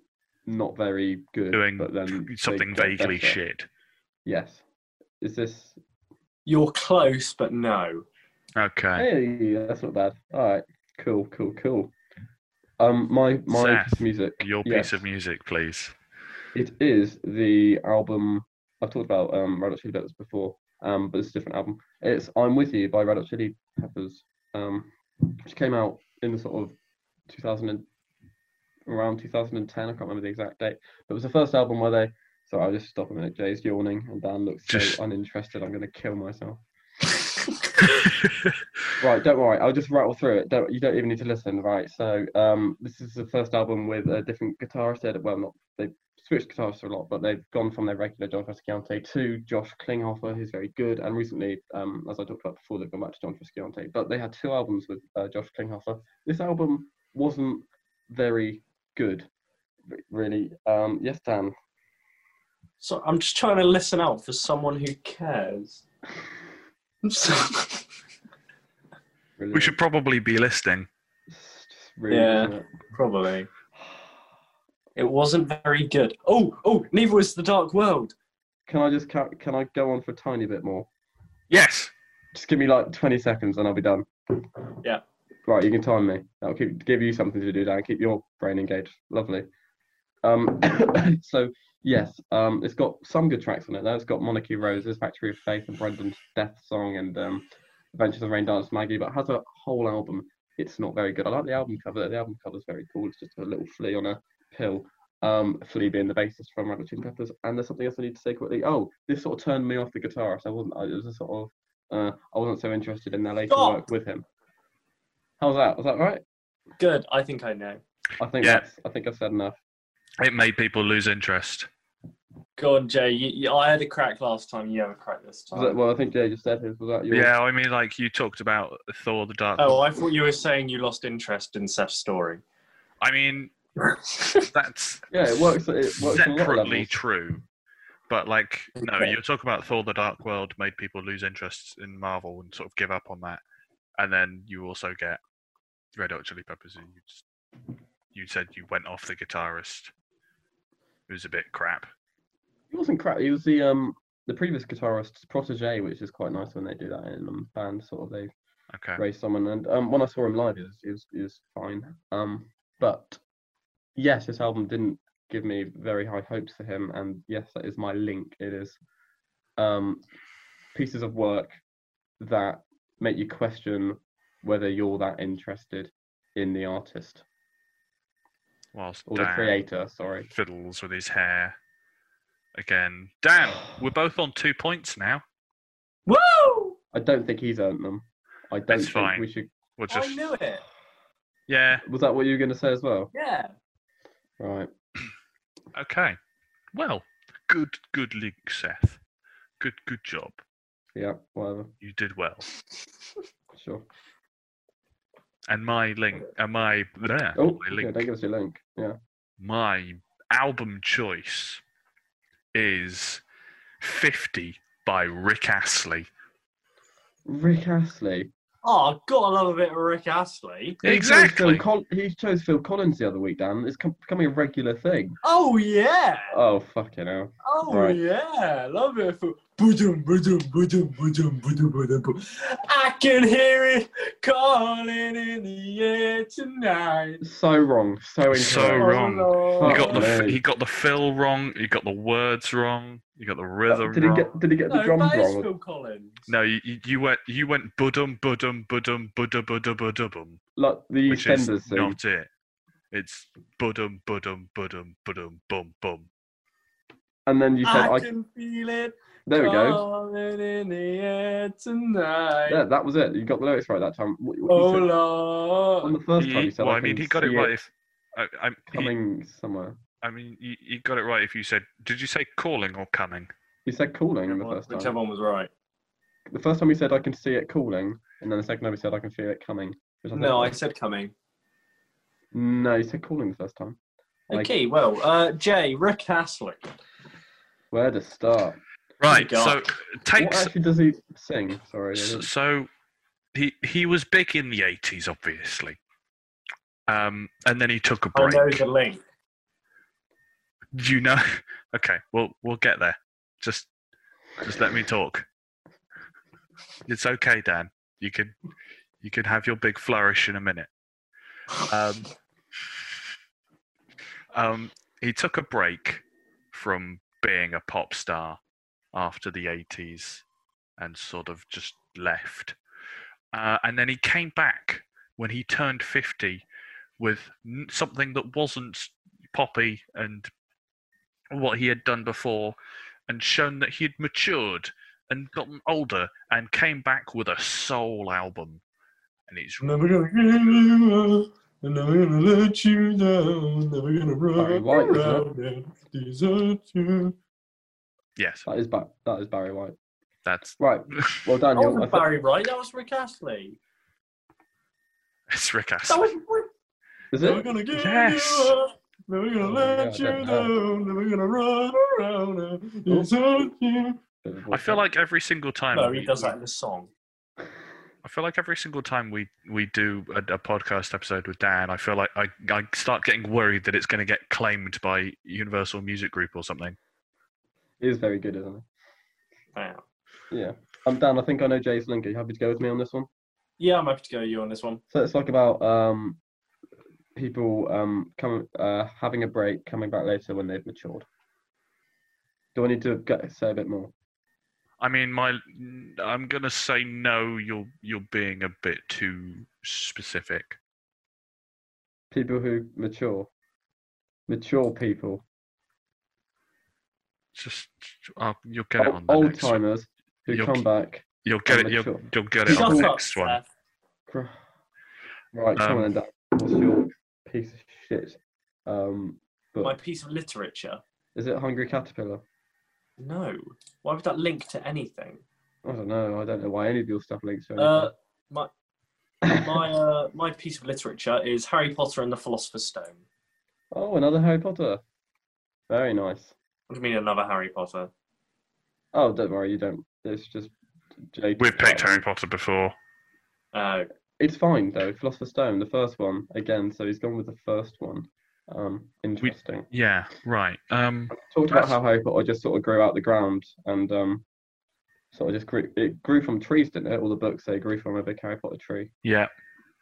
not very good,
Doing
but then they
Something
get
vaguely
better.
shit.
Yes. Is this?
You're close, but no.
Okay.
Hey, that's not bad. All right, cool, cool, cool. Um, my my
Seth,
piece of music.
Your piece
yes.
of music, please.
It is the album I've talked about um, Red Hot Chili Peppers before, um, but it's a different album. It's "I'm With You" by Red Hot Chili Peppers, um, which came out in the sort of 2000 and, around 2010. I can't remember the exact date, but it was the first album where they. Sorry, I'll just stop a minute. Jay's yawning, and Dan looks so
Just-
uninterested. I'm going to kill myself. Right, don't worry. I'll just rattle through it. Don't, you don't even need to listen. Right. So um, this is the first album with a different guitarist. They- Well, not they've switched guitarists a lot, but they've gone from their regular John Frusciante to Josh Klinghoffer, who's very good. And recently, um, as I talked about before, they've gone back to John Frusciante. But they had two albums with uh, Josh Klinghoffer. This album wasn't very good, r- really. Um, yes, Dan.
So I'm just trying to listen out for someone who cares. I'm so-
Really,
We should probably be listening.
It's just really,
Yeah.
isn't it?
Probably. It wasn't very good. Oh, oh, neither was The Dark World.
Can I just ca- can I go on for a tiny bit more?
Yes.
Just give me like 20 seconds and I'll be done.
Yeah.
Right, you can time me. That'll keep, give you something to do, Dan. Keep your brain engaged. Lovely. Um, so, yes, um, it's got some good tracks on it, though. It's got Monarchy Roses, Factory of Faith, and Brendan's Death Song, and um, Adventures of Rain Dance Maggie, but it has a whole album. It's not very good. I like the album cover. The album cover's very cool. It's just a little flea on a pill. Um, flea being the bassist from Red Hot Chili Peppers. And there's something else I need to say quickly. Oh, this sort of turned me off the guitarist. I wasn't. I, it was a sort of uh, I wasn't so interested in their later
Stop.
work with him. How's that? Was that right?
Good. I think I know.
I think
Yeah.
that's, I think I've said enough.
It made people lose interest.
Go on, Jay. You, you, I had a crack last time. You have a crack this
Was that,
time.
well, I think Jay just said his. Was that yours?
Yeah, I mean, like you talked about Thor: The Dark.
Oh, I thought you were saying you lost interest in Seth's story.
I mean, that's
Yeah, it works. It works on a lot of
separately
levels.
true. But like, no,
Okay.
you're talking about Thor: The Dark World made people lose interest in Marvel and sort of give up on that, and then you also get Red Hot Chili Peppers, and you just, you said you went off the guitarist, who's a bit crap.
He wasn't crap. He was the um the previous guitarist's protege, which is quite nice when they do that in um, band. Sort of they
Okay,
raise someone, and um when I saw him live, he was he was, he was fine. Um, but yes, this album didn't give me very high hopes for him, and yes, that is my link. It is um, pieces of work that make you question whether you're that interested in the artist
whilst
or the
Dan
creator. Sorry.
fiddles with his hair again. Dan, we're both on two points now.
Woo!
I don't think he's earned them. I don't
That's
think
fine.
we should.
We'll just
I knew it.
yeah.
Was that what you were going to say as well?
Yeah.
Right.
Okay. Well, good, good link, Seth. Good, good job.
Yeah. Whatever.
You did well.
Sure.
And my link, and my there,
Oh,
my
yeah,
link,
don't give us your link. Yeah.
my album choice is Fifty by Rick Astley.
Rick Astley.
Oh, gotta love a bit of Rick Astley.
He chose
Exactly.
Phil Col- he chose Phil Collins the other week, Dan. It's com- becoming a regular thing.
Oh yeah.
Oh, fucking hell.
Oh
Right.
yeah. Love it. For... Boom, boom, boom, boom, boom, boom, boom. I can hear it calling in the air tonight.
So wrong. So incorrect.
So wrong.
Oh,
He
Fuck
got the f-
me.
he got the fill wrong. He got the words wrong. He got the rhythm
Uh, Did he
wrong.
get? Did he get the
no,
drums
that is
wrong?
Phil Collins.
No, you, you- you went you went budum budum budum budum budum budum budum,
Like the
which is
EastEnders thing.
not it. It's budum budum budum budum bum bum.
And then you said,
I,
I,
can feel it
"There we go."
calling in the air tonight.
Yeah, that was it. You got the lyrics right that time. What- what you
Oh
said- on
Lord.
the first time
He-
you said,
well, I
I
mean,
can
he got it
see
right. If I, I'm, he,
coming somewhere.
I mean, you, you got it right. If you said, did you say calling or coming?
You said calling the first time.
Whichever one was right.
The first time you said, "I can see it calling," and then the second time you said, "I can feel it coming." which think
No, I
was-
said coming.
No, you said calling the first time. Like-
Okay, well, uh, Jay, Rick Astley.
Where to start?
Right.
God.
So take
What
s-
actually does he sing? Sorry. I
S-
didn't-
So he he was big in the eighties, obviously. Um, and then he took a
I
Oh,
break.
know the link.
Do you know? Okay, we'll we'll get there. Just just let me talk. It's okay, Dan. You can you can have your big flourish in a minute. Um, um, he took a break from being a pop star after the 80s and sort of just left. Uh, and then he came back when he turned 50 with n- something that wasn't poppy and what he had done before and shown that he had matured and gotten older and came back with a soul album. And it's
Never gonna give you up. I'm never gonna let you down. Never gonna
Barry
run
White, isn't it?
around and desert you.
yes,
That is ba- That is Barry White.
that's
Right. Well,
That
Daniel. I
wasn't
thought-
Barry White. That was Rick Astley.
it's Rick Astley.
That was Rick.
Is
Never
it?
gonna give
Yes.
you up. Never gonna
Oh,
let
yeah, I don't
you
know.
down. Never gonna run around and desert you.
I feel like every single time.
No,
we-
he does that in the song.
I feel like every single time we we do a, a podcast episode with Dan, I feel like I I start getting worried that it's going to get claimed by Universal Music Group or something.
He is very good, isn't
Yeah.
he? Yeah. Um, Dan, I think I know Jay's link. Are you happy to go with me on this one?
Yeah, I'm happy to go with you on this one.
So it's like about um, people um, coming uh, having a break, coming back later when they've matured. Do I need to get, say a bit more?
I mean, my I'm going to say no. You're you're being a bit too specific.
People who mature, mature people,
Just uh, you'll get it
Ol-
on the
old
next. One.
timers who
You'll-
come back.
You'll get
and
it. You'll,
mature.
you'll get it on the
Shut up,
next one.
Seth.
Gr- Right, come
Um,
on, then, Dan. What's your piece of shit? Um, book?
My piece of literature.
Is it Hungry Caterpillar?
No. Why would that link to anything?
I don't know. I don't know why any of your stuff links. to
Uh,
anything.
my my uh, my piece of literature is Harry Potter and the Philosopher's Stone.
oh, another Harry Potter. Very nice.
What do you mean another Harry Potter?
Oh, don't worry, you don't. It's just Jake.
We've picked Harry Potter before.
Uh,
It's fine though. Philosopher's Stone, the first one again. So he's gone with the first one. Um, interesting.
Yeah. Right. Um.
Talked about
That's-
how Harry Potter just sort of grew out the ground and um, sort of just grew. It grew from trees, didn't it? All the books they grew from a big Harry Potter tree.
Yeah.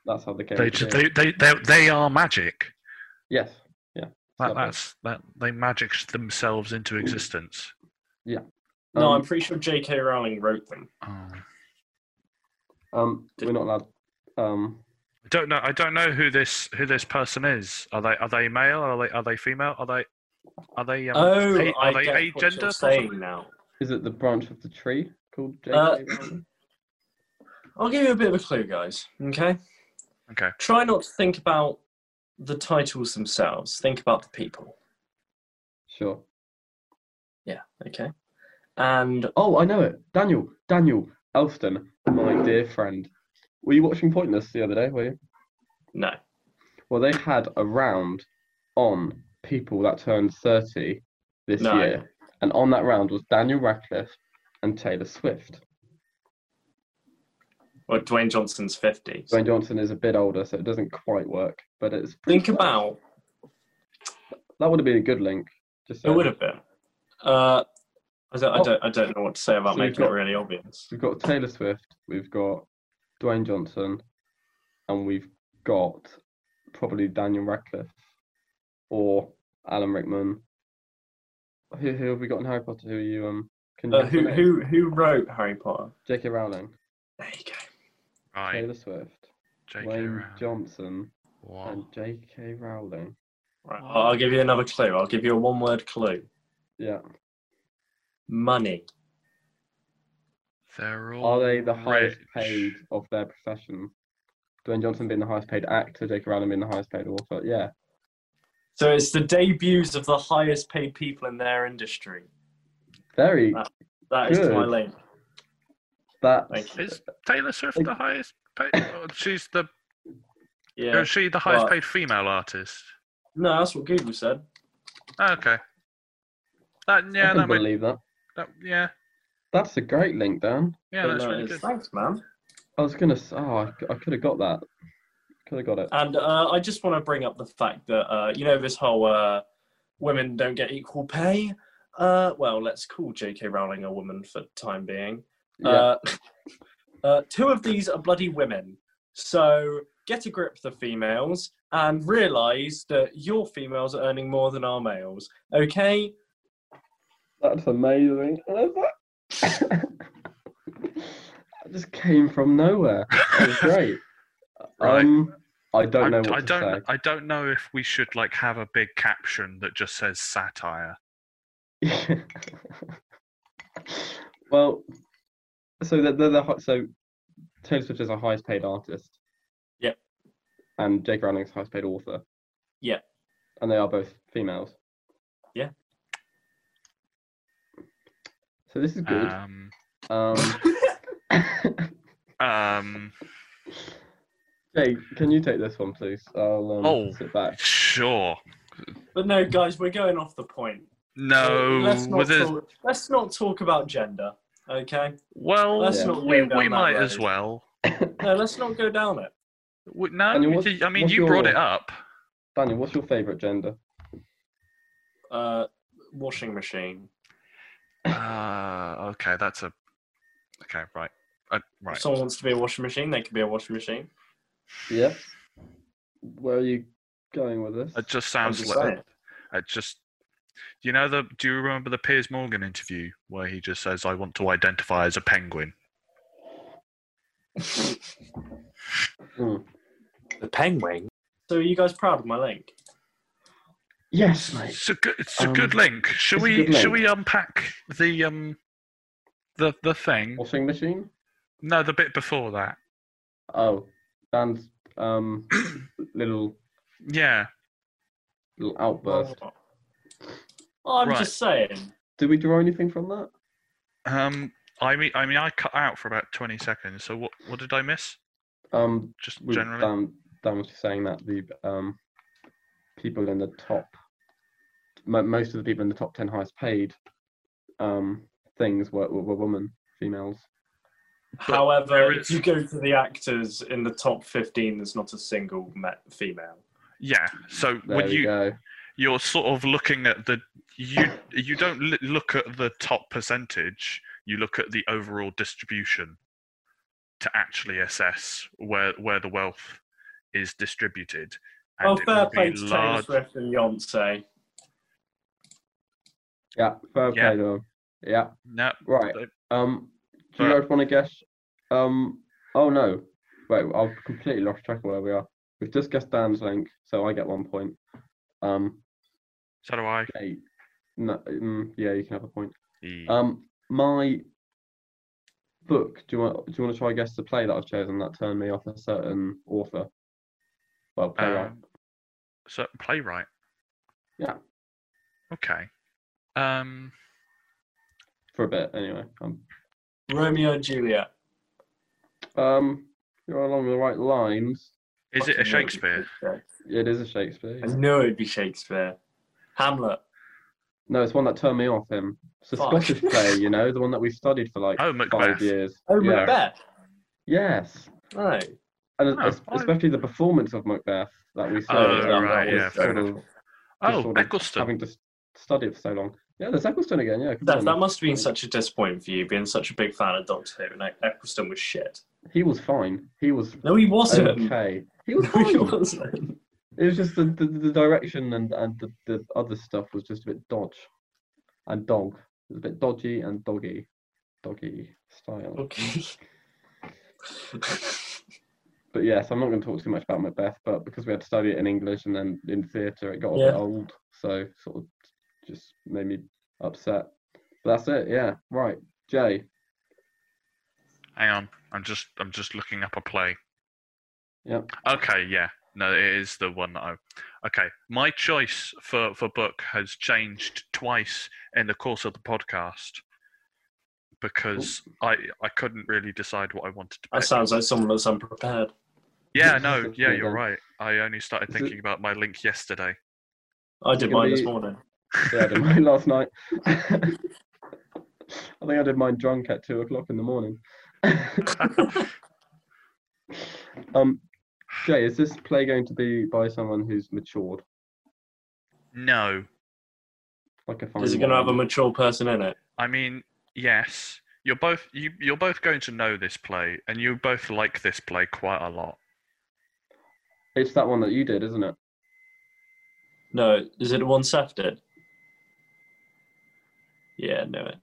That's how the game.
They just, they, they they they are magic.
Yes. Yeah.
That,
Lovely.
that's that they magic themselves into existence.
no,
Um,
I'm pretty sure J.K. Rowling wrote them.
Oh. I
Um, we're not allowed. Um,
don't know. I don't know who this who this person is. Are they are they male? Are they are they female? Are they are they um,
Oh,
a-
I
are they
get what you're
agender? or something?
saying now.
is it the branch of the tree called J.K.
Uh,
Rowling?
I'll give you a bit of a clue, guys. Okay.
Okay.
Try not to think about the titles themselves. Think about the people.
Sure.
Yeah. Okay. And
Oh, I know it. Daniel, Daniel Elston, my dear friend. Were you watching Pointless the other day? Were you?
no.
Well, they had a round on people that turned 30 this
No.
year. And on that round was Daniel Radcliffe and Taylor Swift.
Well, Dwayne Johnson's 50s.
Dwayne Johnson is a bit older, so it doesn't quite work, but it's pretty
Think
close.
about
that would have been a good link. Just
it.
saying.
Would have been. Uh, I don't, I don't. I don't know what to say about
Oh. So you've
making it
got-
really obvious.
We've got Taylor Swift, we've got Dwayne Johnson, and we've got probably Daniel Radcliffe or Alan Rickman. Who, who have we got in Harry Potter? Who are you? Um, can you
Uh,
give the
who
name?
who who wrote Harry Potter?
J.K. Rowling,
There you go.
Right,
Taylor Swift,
J.K.
Dwayne
Rowling.
Johnson,
Wow.
and J.K. Rowling.
Right. I'll I'll give you another clue. I'll give you a one-word clue.
Yeah,
Money.
They're all
are they the highest
rich.
paid of their profession? Dwayne Johnson being the highest paid actor, J.K. Rowling being the highest paid author. Yeah,
So it's the debuts of the highest paid people in their industry.
very.
Ah. That is my
Good.
link.
That
Thank
Is Taylor Swift the highest paid? or She's the
Yeah.
is she the highest
Well-
paid female artist?
No, that's what Google said.
Okay. That
I
yeah,
can
that, would,
believe that.
that yeah,
That's a great link, Dan.
yeah, that's
No,
really
it's-
good.
Thanks, man.
I was gonna. s- Oh, I, could have got that. Could have got it.
And uh, I just want to bring up the fact that uh, you know this whole uh, women don't get equal pay. Uh, well, let's call J.K. Rowling a woman for the time being.
yeah.
Uh, uh, two of these are bloody women. So get a grip, the females, and realise that your females are earning more than our males. Okay?
That's amazing. I love that. That just came from nowhere. That was great.
Right.
Um, I don't know
I,
what
I
to
don't.
say.
I don't know if we should like have a big caption that just says satire.
well, so they're, they're the hi- so Taylor Swift is our highest paid artist.
Yep.
And Jake Rowling's highest paid author.
Yep.
And they are both females.
Yeah.
So this is good.
Um,
Uh.
um,
um,
Jake, can you take this one, please? I'll um,
Oh.
sit back.
sure.
But no, guys, we're going off the point.
No,
let's not,
with a-
talk, let's not talk about gender, okay?
well,
let's
Yeah.
not
we,
go down
we
that
might
road.
as well.
No, let's not go down it.
We, no,
Daniel,
you-
what's-
I mean
what's
you brought
your-
it up.
Daniel, what's your favourite gender?
Uh, washing machine.
Uh, okay, that's a. Okay, right, uh, right.
If someone wants to be a washing machine, they can be a washing machine.
Yeah. Where are you going with this?
It just
I'm
sounds
just
like
saying.
it just. Do you know the? Do you remember the Piers Morgan interview where he just says, "I want to identify as a penguin."
Mm.
The penguin. So are you guys proud of my link?
Yes, mate.
It's a good. It's a
Um,
good link. Should
it's a
we?
good
Should
link.
we unpack the um, the the thing?
Washing machine?
No, the bit before that.
Oh, Dan's um little
Yeah.
little outburst.
Oh, I'm
Right.
just saying.
Did we draw anything from that?
Um. I mean, I mean, I cut out for about twenty seconds. So what? What did I miss?
Um,
Just
we,
generally.
Dan, Dan was just saying that the um people in the top, mo most of the people in the top ten highest paid um things were were, were women, females.
However,
there
if
is-
you go to the actors in the top 15, there's not a single ma- female.
yeah. So
There
would
we
you?
go.
You're sort of looking at the you. You don't li- look at the top percentage. You look at the overall distribution to actually assess where where the wealth is distributed. And
Oh,
it
fair
will be
play to Taylor
large-
Swift and Beyonce.
Yeah, fair
Yeah.
play to them. Yeah,
No,
right.
They-
Um, do you
Right.
guys want to guess? Um, oh no, wait, I've completely lost track of where we are. We've just guessed Dan's link, so I get one point. Um,
so do I.
eight. Uh, No, mm, yeah, you can have a point.
E.
Um, my Um, book do you want? Do you want to try guess the play that I've chosen that turned me off a certain author? Well, playwright.
Um, so playwright.
Yeah.
Okay. Um,
for a bit anyway. Um,
Romeo and Juliet.
um, you're along the right lines.
is it
Fucking
a
knew it'd be
Shakespeare?
It is a Shakespeare.
I knew it'd be Shakespeare. Hamlet.
No, it's one that turned me off him. It's a
Fuck.
Scottish play, you know, the one that we've studied for like
Oh, Macbeth.
five years.
Oh,
Yeah.
Macbeth.
Yes,
Right.
and es-
Oh,
es-
I-
especially the performance of Macbeth that we saw.
Oh,
you know, that
right,
was
yeah, fair
sort
enough.
of just
Oh,
sort of
Eccleston.
having to s- study it for so long. Yeah, there's Eccleston again. Yeah, good
That,
one.
that must have been such a disappointment for you, being such a big fan of Doctor Who, and Ec- Eccleston was shit.
he was fine. He was
No, he wasn't.
okay. He was
No, he
fine.
wasn't.
It was just the, the, the direction and, and the, the other stuff was just a bit dodge and dog. It was a bit dodgy and doggy. Doggy style.
Okay.
But yes, I'm not going to talk too much about Macbeth, but because we had to study it in English and then in theatre, it got a
Yeah.
bit old. So sort of just made me upset. But that's it. Yeah. Right. Jay.
Hang on, I'm just I'm just looking up a play.
Yep.
Okay, yeah, no, it is the one that I. Okay, my choice for for book has changed twice in the course of the podcast because I I couldn't really decide what I wanted to.
that
Pick.
sounds like someone that's unprepared.
yeah, no, yeah,
Yeah.
you're right. I only started
Is it-
thinking about my link yesterday.
I did
Can
mine
we-
this morning.
Yeah, I did mine last night. I think I did mine drunk at two o'clock in the morning. um, Jay, is this play going to be by someone who's matured,
No,
like a fine?
Is it going to have a
wine?
mature person in it?
I mean yes, you're both you you're both going to know this play, and you both like this play quite a lot.
It's that one that you did, isn't it?
No. Is it the one Seth did? Yeah, no. it.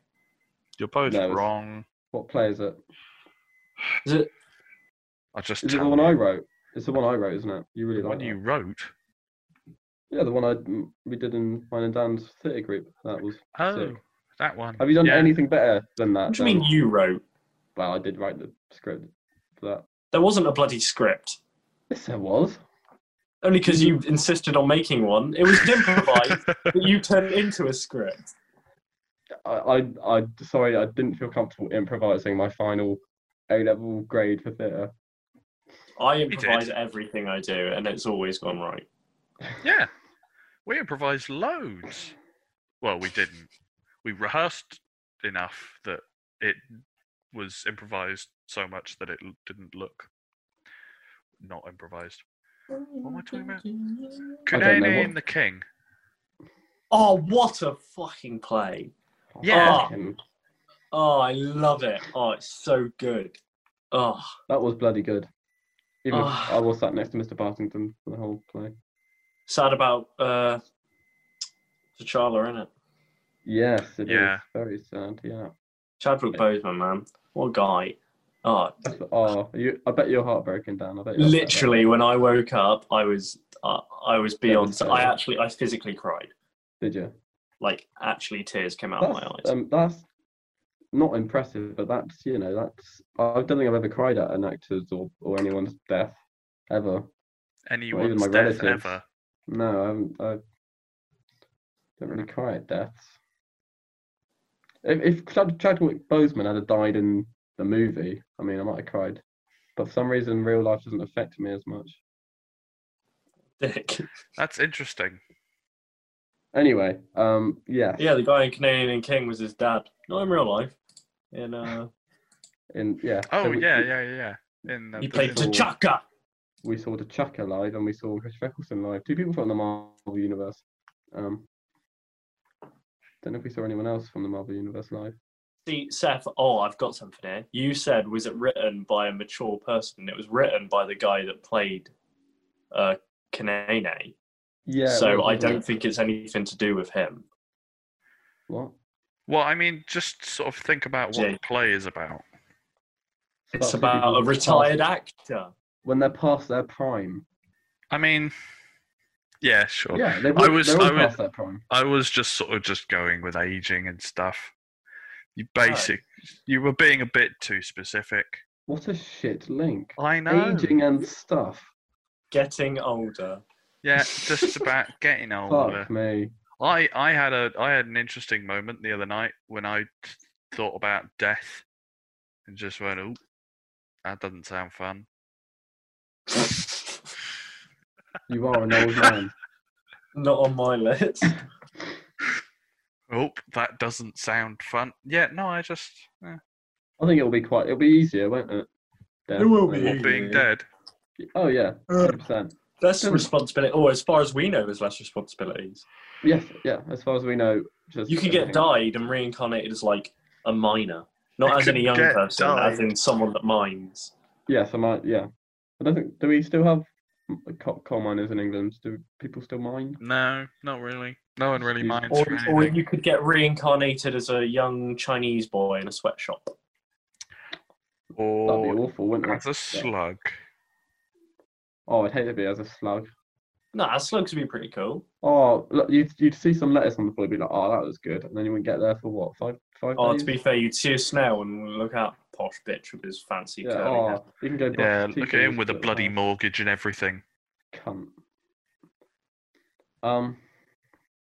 You're both
No, it's-
wrong.
What play is it?
Is it?
I just
Is it the
tell
one
you.
I wrote? It's the one I wrote, isn't it? You really
The
like
one
that.
you wrote.
Yeah, the one I mm, we did in mine and Dan's theatre group. That was.
Oh, that one.
Have you done
Yeah.
anything better than that?
What do you mean
Dan?
you wrote?
Well, I did write the script for that.
There wasn't a bloody script.
Yes, there was.
Only because you insisted on making one. It was improvised, but you turned it into a script.
I, I, I, sorry, I didn't feel comfortable improvising my final A level grade for theatre.
I
did.
improvise everything I do, and it's always gone right.
yeah, we improvised loads. Well, we didn't. We rehearsed enough that it was improvised so much that it l- didn't look not improvised. What am I talking about?
I don't know
Kunene
what-
and the King.
Oh, what a fucking play!
Yeah.
Fucking-
Oh, I love it. Oh, it's so good. Oh,
that was bloody good. Even if
Ah.
I was sat next to Mr. Partington for the whole play.
sad about uh, T'Challa, innit?
Yes, it is
Yeah.
Very sad. Yeah.
Chadwick Boseman, man, what a guy. Oh,
That's- Oh, you, I bet you're heartbroken, Dan. I bet. You're upset about
literally, when I woke up, I was, uh, I was beyond.
Devastated.
I actually, I physically cried.
that. Did you?
Like, actually, tears came out of my
That's,
eyes.
um, that's not impressive, but that's you know that's I don't think I've ever cried at an actor's or, or anyone's death ever.
Anyone's
my
death
relatives.
ever.
No, I haven't. I don't really cry at deaths. If, if Chad, Chadwick Boseman had died in the movie, I mean, I might have cried. But for some reason, real life doesn't affect me as much.
Dick.
That's interesting.
Anyway, um, yeah,
Yeah, the guy in Canadian and King was his dad. Not in real life. In uh,
in yeah. so
Oh
we,
yeah,
we,
yeah, yeah. In the,
he
the
played
film.
Cool.
T'Chaka.
We saw the Chucker live, and we saw Chris Eccleston live. Two people from the Marvel universe. Um, don't know if we saw anyone else from the Marvel universe live.
See, Seth, oh, I've got something here. You said, was it written by a mature person? It was written by the guy that played uh, Kanene.
Yeah. it was,
so I
wasn't
don't
it?
think it's anything to do with him.
What?
Well, I mean, just sort of think about what
Jay.
the play is about.
It's
two
about
people
a
past-
retired actor.
when they're past their prime.
I mean, yeah, sure.
Yeah, they
I was-
they're all
I was-
past their prime.
I was just sort of just going with aging and stuff. You basic. You were being a bit too specific.
What a shit link.
Oh,
I know.
Aging and stuff.
Getting older.
Yeah, just about getting older.
Fuck me.
I I had a I had an interesting moment the other night when I t- thought about death and just went, "Oh, that doesn't sound fun."
You are an old man.
Not on my list.
Oh, that doesn't sound fun. Yeah, no, I just eh.
I think it'll be quite. It'll be easier, won't it?
It will be.
Well, being
Yeah.
dead.
Oh yeah, hundred percent.
That's
Hmm.
responsibility. Or as far as we know, there's less responsibilities.
Yes, yeah. As far as we know, just
You could get
everything-
died and reincarnated as like a minor, not
You
as in a
could
young
get
person, as
died.
in someone that mines.
Yes, I might. Yeah, I don't think. Do we still have m- co- coal miners in England? Do people still mine?
No, not really. No one really
Excuse-
minds
Or,
for
or
anything.
you could get reincarnated as a young Chinese boy in a sweatshop.
That'd be
Or
awful, wouldn't it?
as a slug.
Oh, I'd hate to be as a slug.
No, that slugs would be pretty cool.
Oh, look, you'd, you'd see some lettuce on the floor, you'd be like, "Oh, that was good," and then you wouldn't get there for what five five
Oh,
days.
to be fair, you'd see a snail and look out, posh bitch with his fancy
yeah,
curly hair.
oh, you can go.
Yeah,
bust two
look at him
fingers
with a
at
bloody
time.
mortgage and everything.
cunt. Um,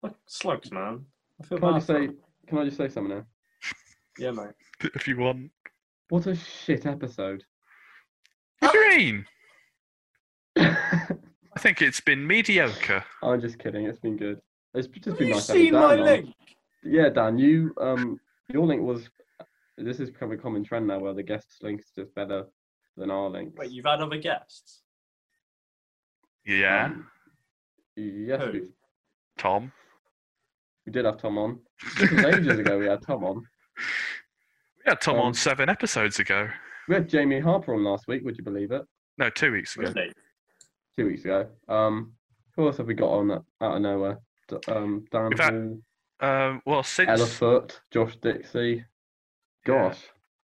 Look, slugs, man. I feel
can I
bad.
just
for
say?
them.
Can I just say something now?
yeah, mate.
If you want.
What a shit episode.
What do you mean? I think it's been mediocre.
I'm just kidding. It's been good. It's just
Have
been
you
nice. having
seen
Dan
my
on.
link?
Yeah, Dan, you um, your link was. This is become a common trend now, where the guests' links is just better than our links.
Wait, you've had other guests?
Yeah,
Um, yes,
Who?
we,
Tom.
we did have Tom on. This was ages ago. We had Tom on.
We had Tom
Um,
on seven episodes ago.
We had Jamie Harper on last week. Would you believe it?
No, two weeks ago.
Really?
Two weeks ago. Um, who else have we got on that out of nowhere? D- um, Dan
We've had-
Hall.
Um, well, since
Ella Foot, Josh Dixie. Gosh,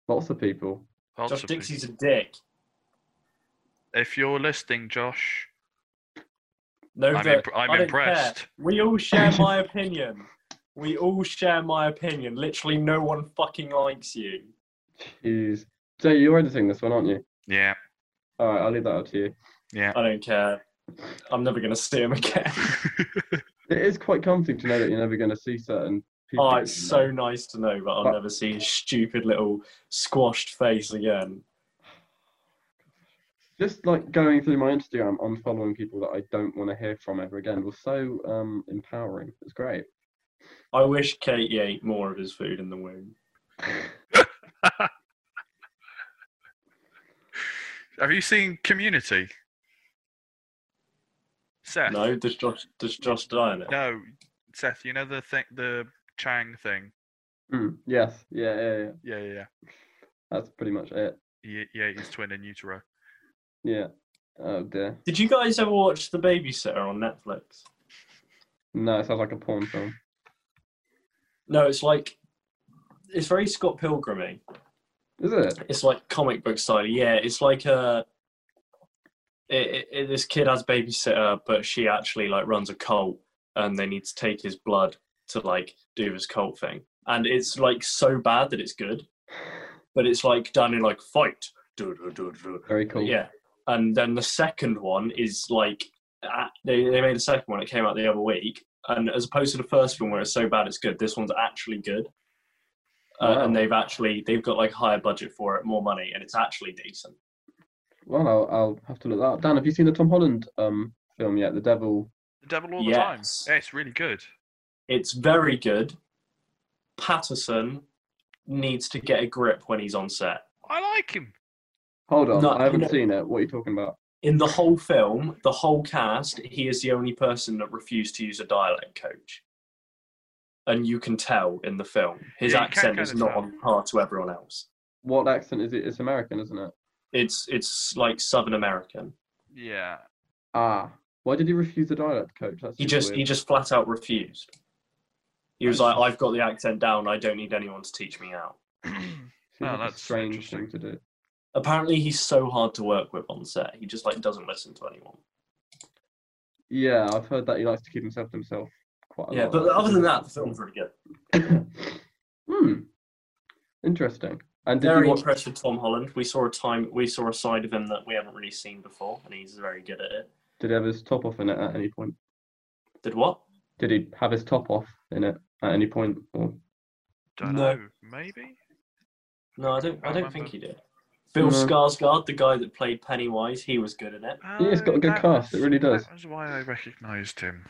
lots of people.
lots
Josh
of people-
Dixie's a dick.
if you're listening, Josh,
No,
I'm
but
impr- I'm
I don't
impressed.
care. We all share my opinion. We all share my opinion. Literally, no one fucking likes you.
Jeez. Jay, you're editing this one, aren't you?
Yeah,
All right, I'll leave that up to you.
yeah.
I don't care. I'm never gonna see him again.
It is quite comforting to know that you're never going to see certain people.
Oh,
that
it's
you
so
know.
nice to know, but I'll
But-
never see his stupid little squashed face again.
Just like going through my Instagram, unfollowing people that I don't want to hear from ever again was so um, empowering. It's great.
I wish Katie ate more of his food in the womb.
Have you seen Community? Seth.
No, does Josh does Josh die in it?
No, Seth. You know the thing, the Chang thing.
Mm, Yes, yeah, yeah, yeah.
Yeah, yeah, yeah.
That's pretty much it.
He, he ate his twin in utero.
Yeah. Oh dear.
Did you guys ever watch The Babysitter on Netflix?
No, it sounds like a porn film.
No, it's like it's very Scott Pilgrimy.
Is it?
It's like comic book style. Yeah, it's like a it, it- it, this kid has babysitter, but she actually like runs a cult, and they need to take his blood to like do his cult thing. And it's like so bad that it's good, but it's like done in like fight. Do, do, do, do.
Very cool.
Yeah, and then the second one is like a- they they made a second one. It came out the other week, and as opposed to the first one where it's so bad it's good, this one's actually good. Uh,
Wow.
And they've actually they've got like higher budget for it, more money, and it's actually decent.
Well, I'll, I'll have to look that up. Dan, have you seen the Tom Holland um film yet? The Devil.
The devil all the time.
Yes.
Yeah, it's really good.
It's very good. Patterson needs to get a grip when he's on set.
I like him.
Hold on,
No,
I haven't
no.
seen it. What are you talking about?
In the whole film, the whole cast, he is the only person that refused to use a dialect coach. And you can tell in the film, his
Yeah, you can
accent
kinda
is not
tell.
on par to everyone else.
What accent is it? It's American, isn't it?
It's it's like Southern American.
Yeah.
Ah, why did he refuse the dialect coach? That's
He
super
just
weird.
he just flat out refused. He was
That's-
like, "I've got the accent down. I don't need anyone to teach me out."
Seems
Oh,
like a
that's
strange thing to do.
Apparently, he's so hard to work with on set. He just like doesn't listen to anyone.
Yeah, I've heard that he likes to keep himself to himself quite a
Yeah,
lot.
but other than that, the film's really good.
hmm. Interesting. And did
very
you watch?
impressed with Tom Holland. We saw a time we saw a side of him that we haven't really seen before, and he's very good at it.
Did he have his top off in it at any point?
Did what?
Did he have his top off in it at any point? Or
Don't
No.
know. Maybe.
No, I don't.
Can't
I don't think
remember.
he did. Bill
No.
Skarsgård, the guy that played Pennywise, he was good in it.
Yeah, it's got a
Oh,
good
that
cast, it
was-
really does.
That was why I recognised him.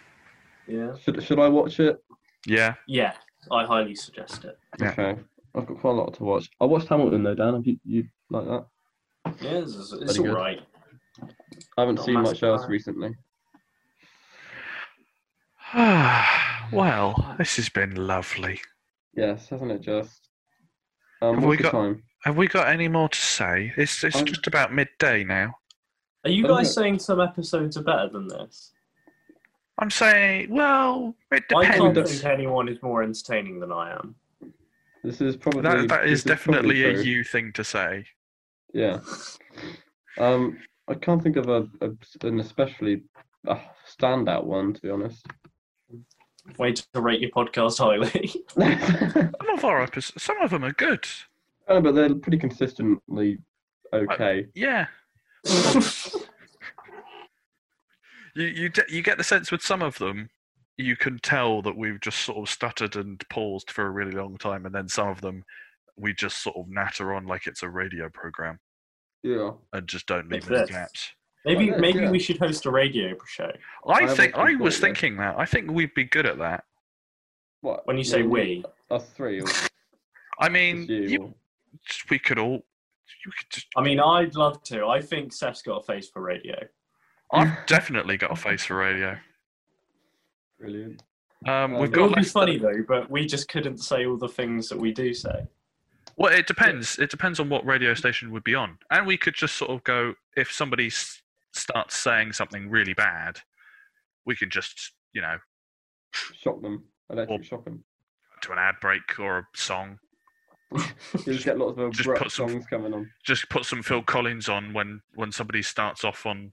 Yeah.
should should I watch it?
Yeah.
Yeah, I highly suggest it.
Yeah.
Okay. I've got quite a lot to watch. I watched Hamilton though, Dan. Have you, you like that?
Yeah, it's, it's
Bloody
all
good.
right.
I haven't
Not a
seen much
massive
else
fan.
recently.
well, this has been lovely.
Yes, hasn't it just? Um,
Have
what's
we
the
got-
time?
Have we got any more to say? It's it's
Um,
just about midday now.
Are you
I don't
guys
know.
saying some episodes are better than this?
I'm saying, well, it
I can't
depends.
think anyone is more entertaining than I am.
This is probably
That, that is
this probably
definitely a
true.
you thing to say.
Yeah. Um, I can't think of a, a an especially uh, standout one to be honest.
Way to rate your podcast highly.
no,
Some of our episodes, some of them are good.
but they're pretty consistently okay.
Yeah, you you de- you get the sense with some of them, you can tell that we've just sort of stuttered and paused for a really long time, and then some of them, we just sort of natter on like it's a radio program
Yeah.
and just don't leave
Like
any
this.
gaps.
maybe
Yeah.
maybe we should host a radio show.
I
I
think I
haven't
was
completely.
thinking that. I think we'd be good at that.
What?
When you say
yeah,
we,
us three, or just
I mean,
you,
you,
or-
we could all. You could just,
I mean, I'd love to. I think Seth's got a face for radio.
I've definitely got a face for radio.
brilliant.
Um,
Um,
we've
It
got.
would be
Like,
funny though, but we just couldn't say all the things that we do say.
well, it depends. It depends on what radio station would be on, and we could just sort of go if somebody s- starts saying something really bad, we can just you know
Shock them. Electric shock them.
to an ad break or a song.
You just get lots of
just
abrupt
put some-
songs coming on.
Just put some Phil Collins on when when somebody starts off on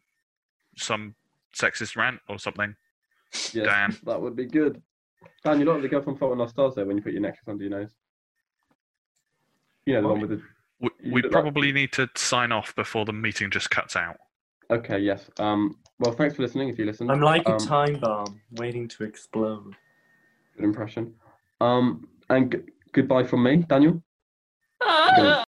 some sexist rant or something.
Yes,
Dan.
that would be good. Dan, you like the girl from Fault in Our Stars there when you put your necklace under your nose. You know the one with the.
We,
You
we
look like-
probably need to sign off before the meeting just cuts out.
Okay, yes. Um. Well, thanks for listening. If you listened,
I'm like
Um,
a time bomb waiting to explode.
good impression. Um. And g- goodbye from me, Daniel. Good.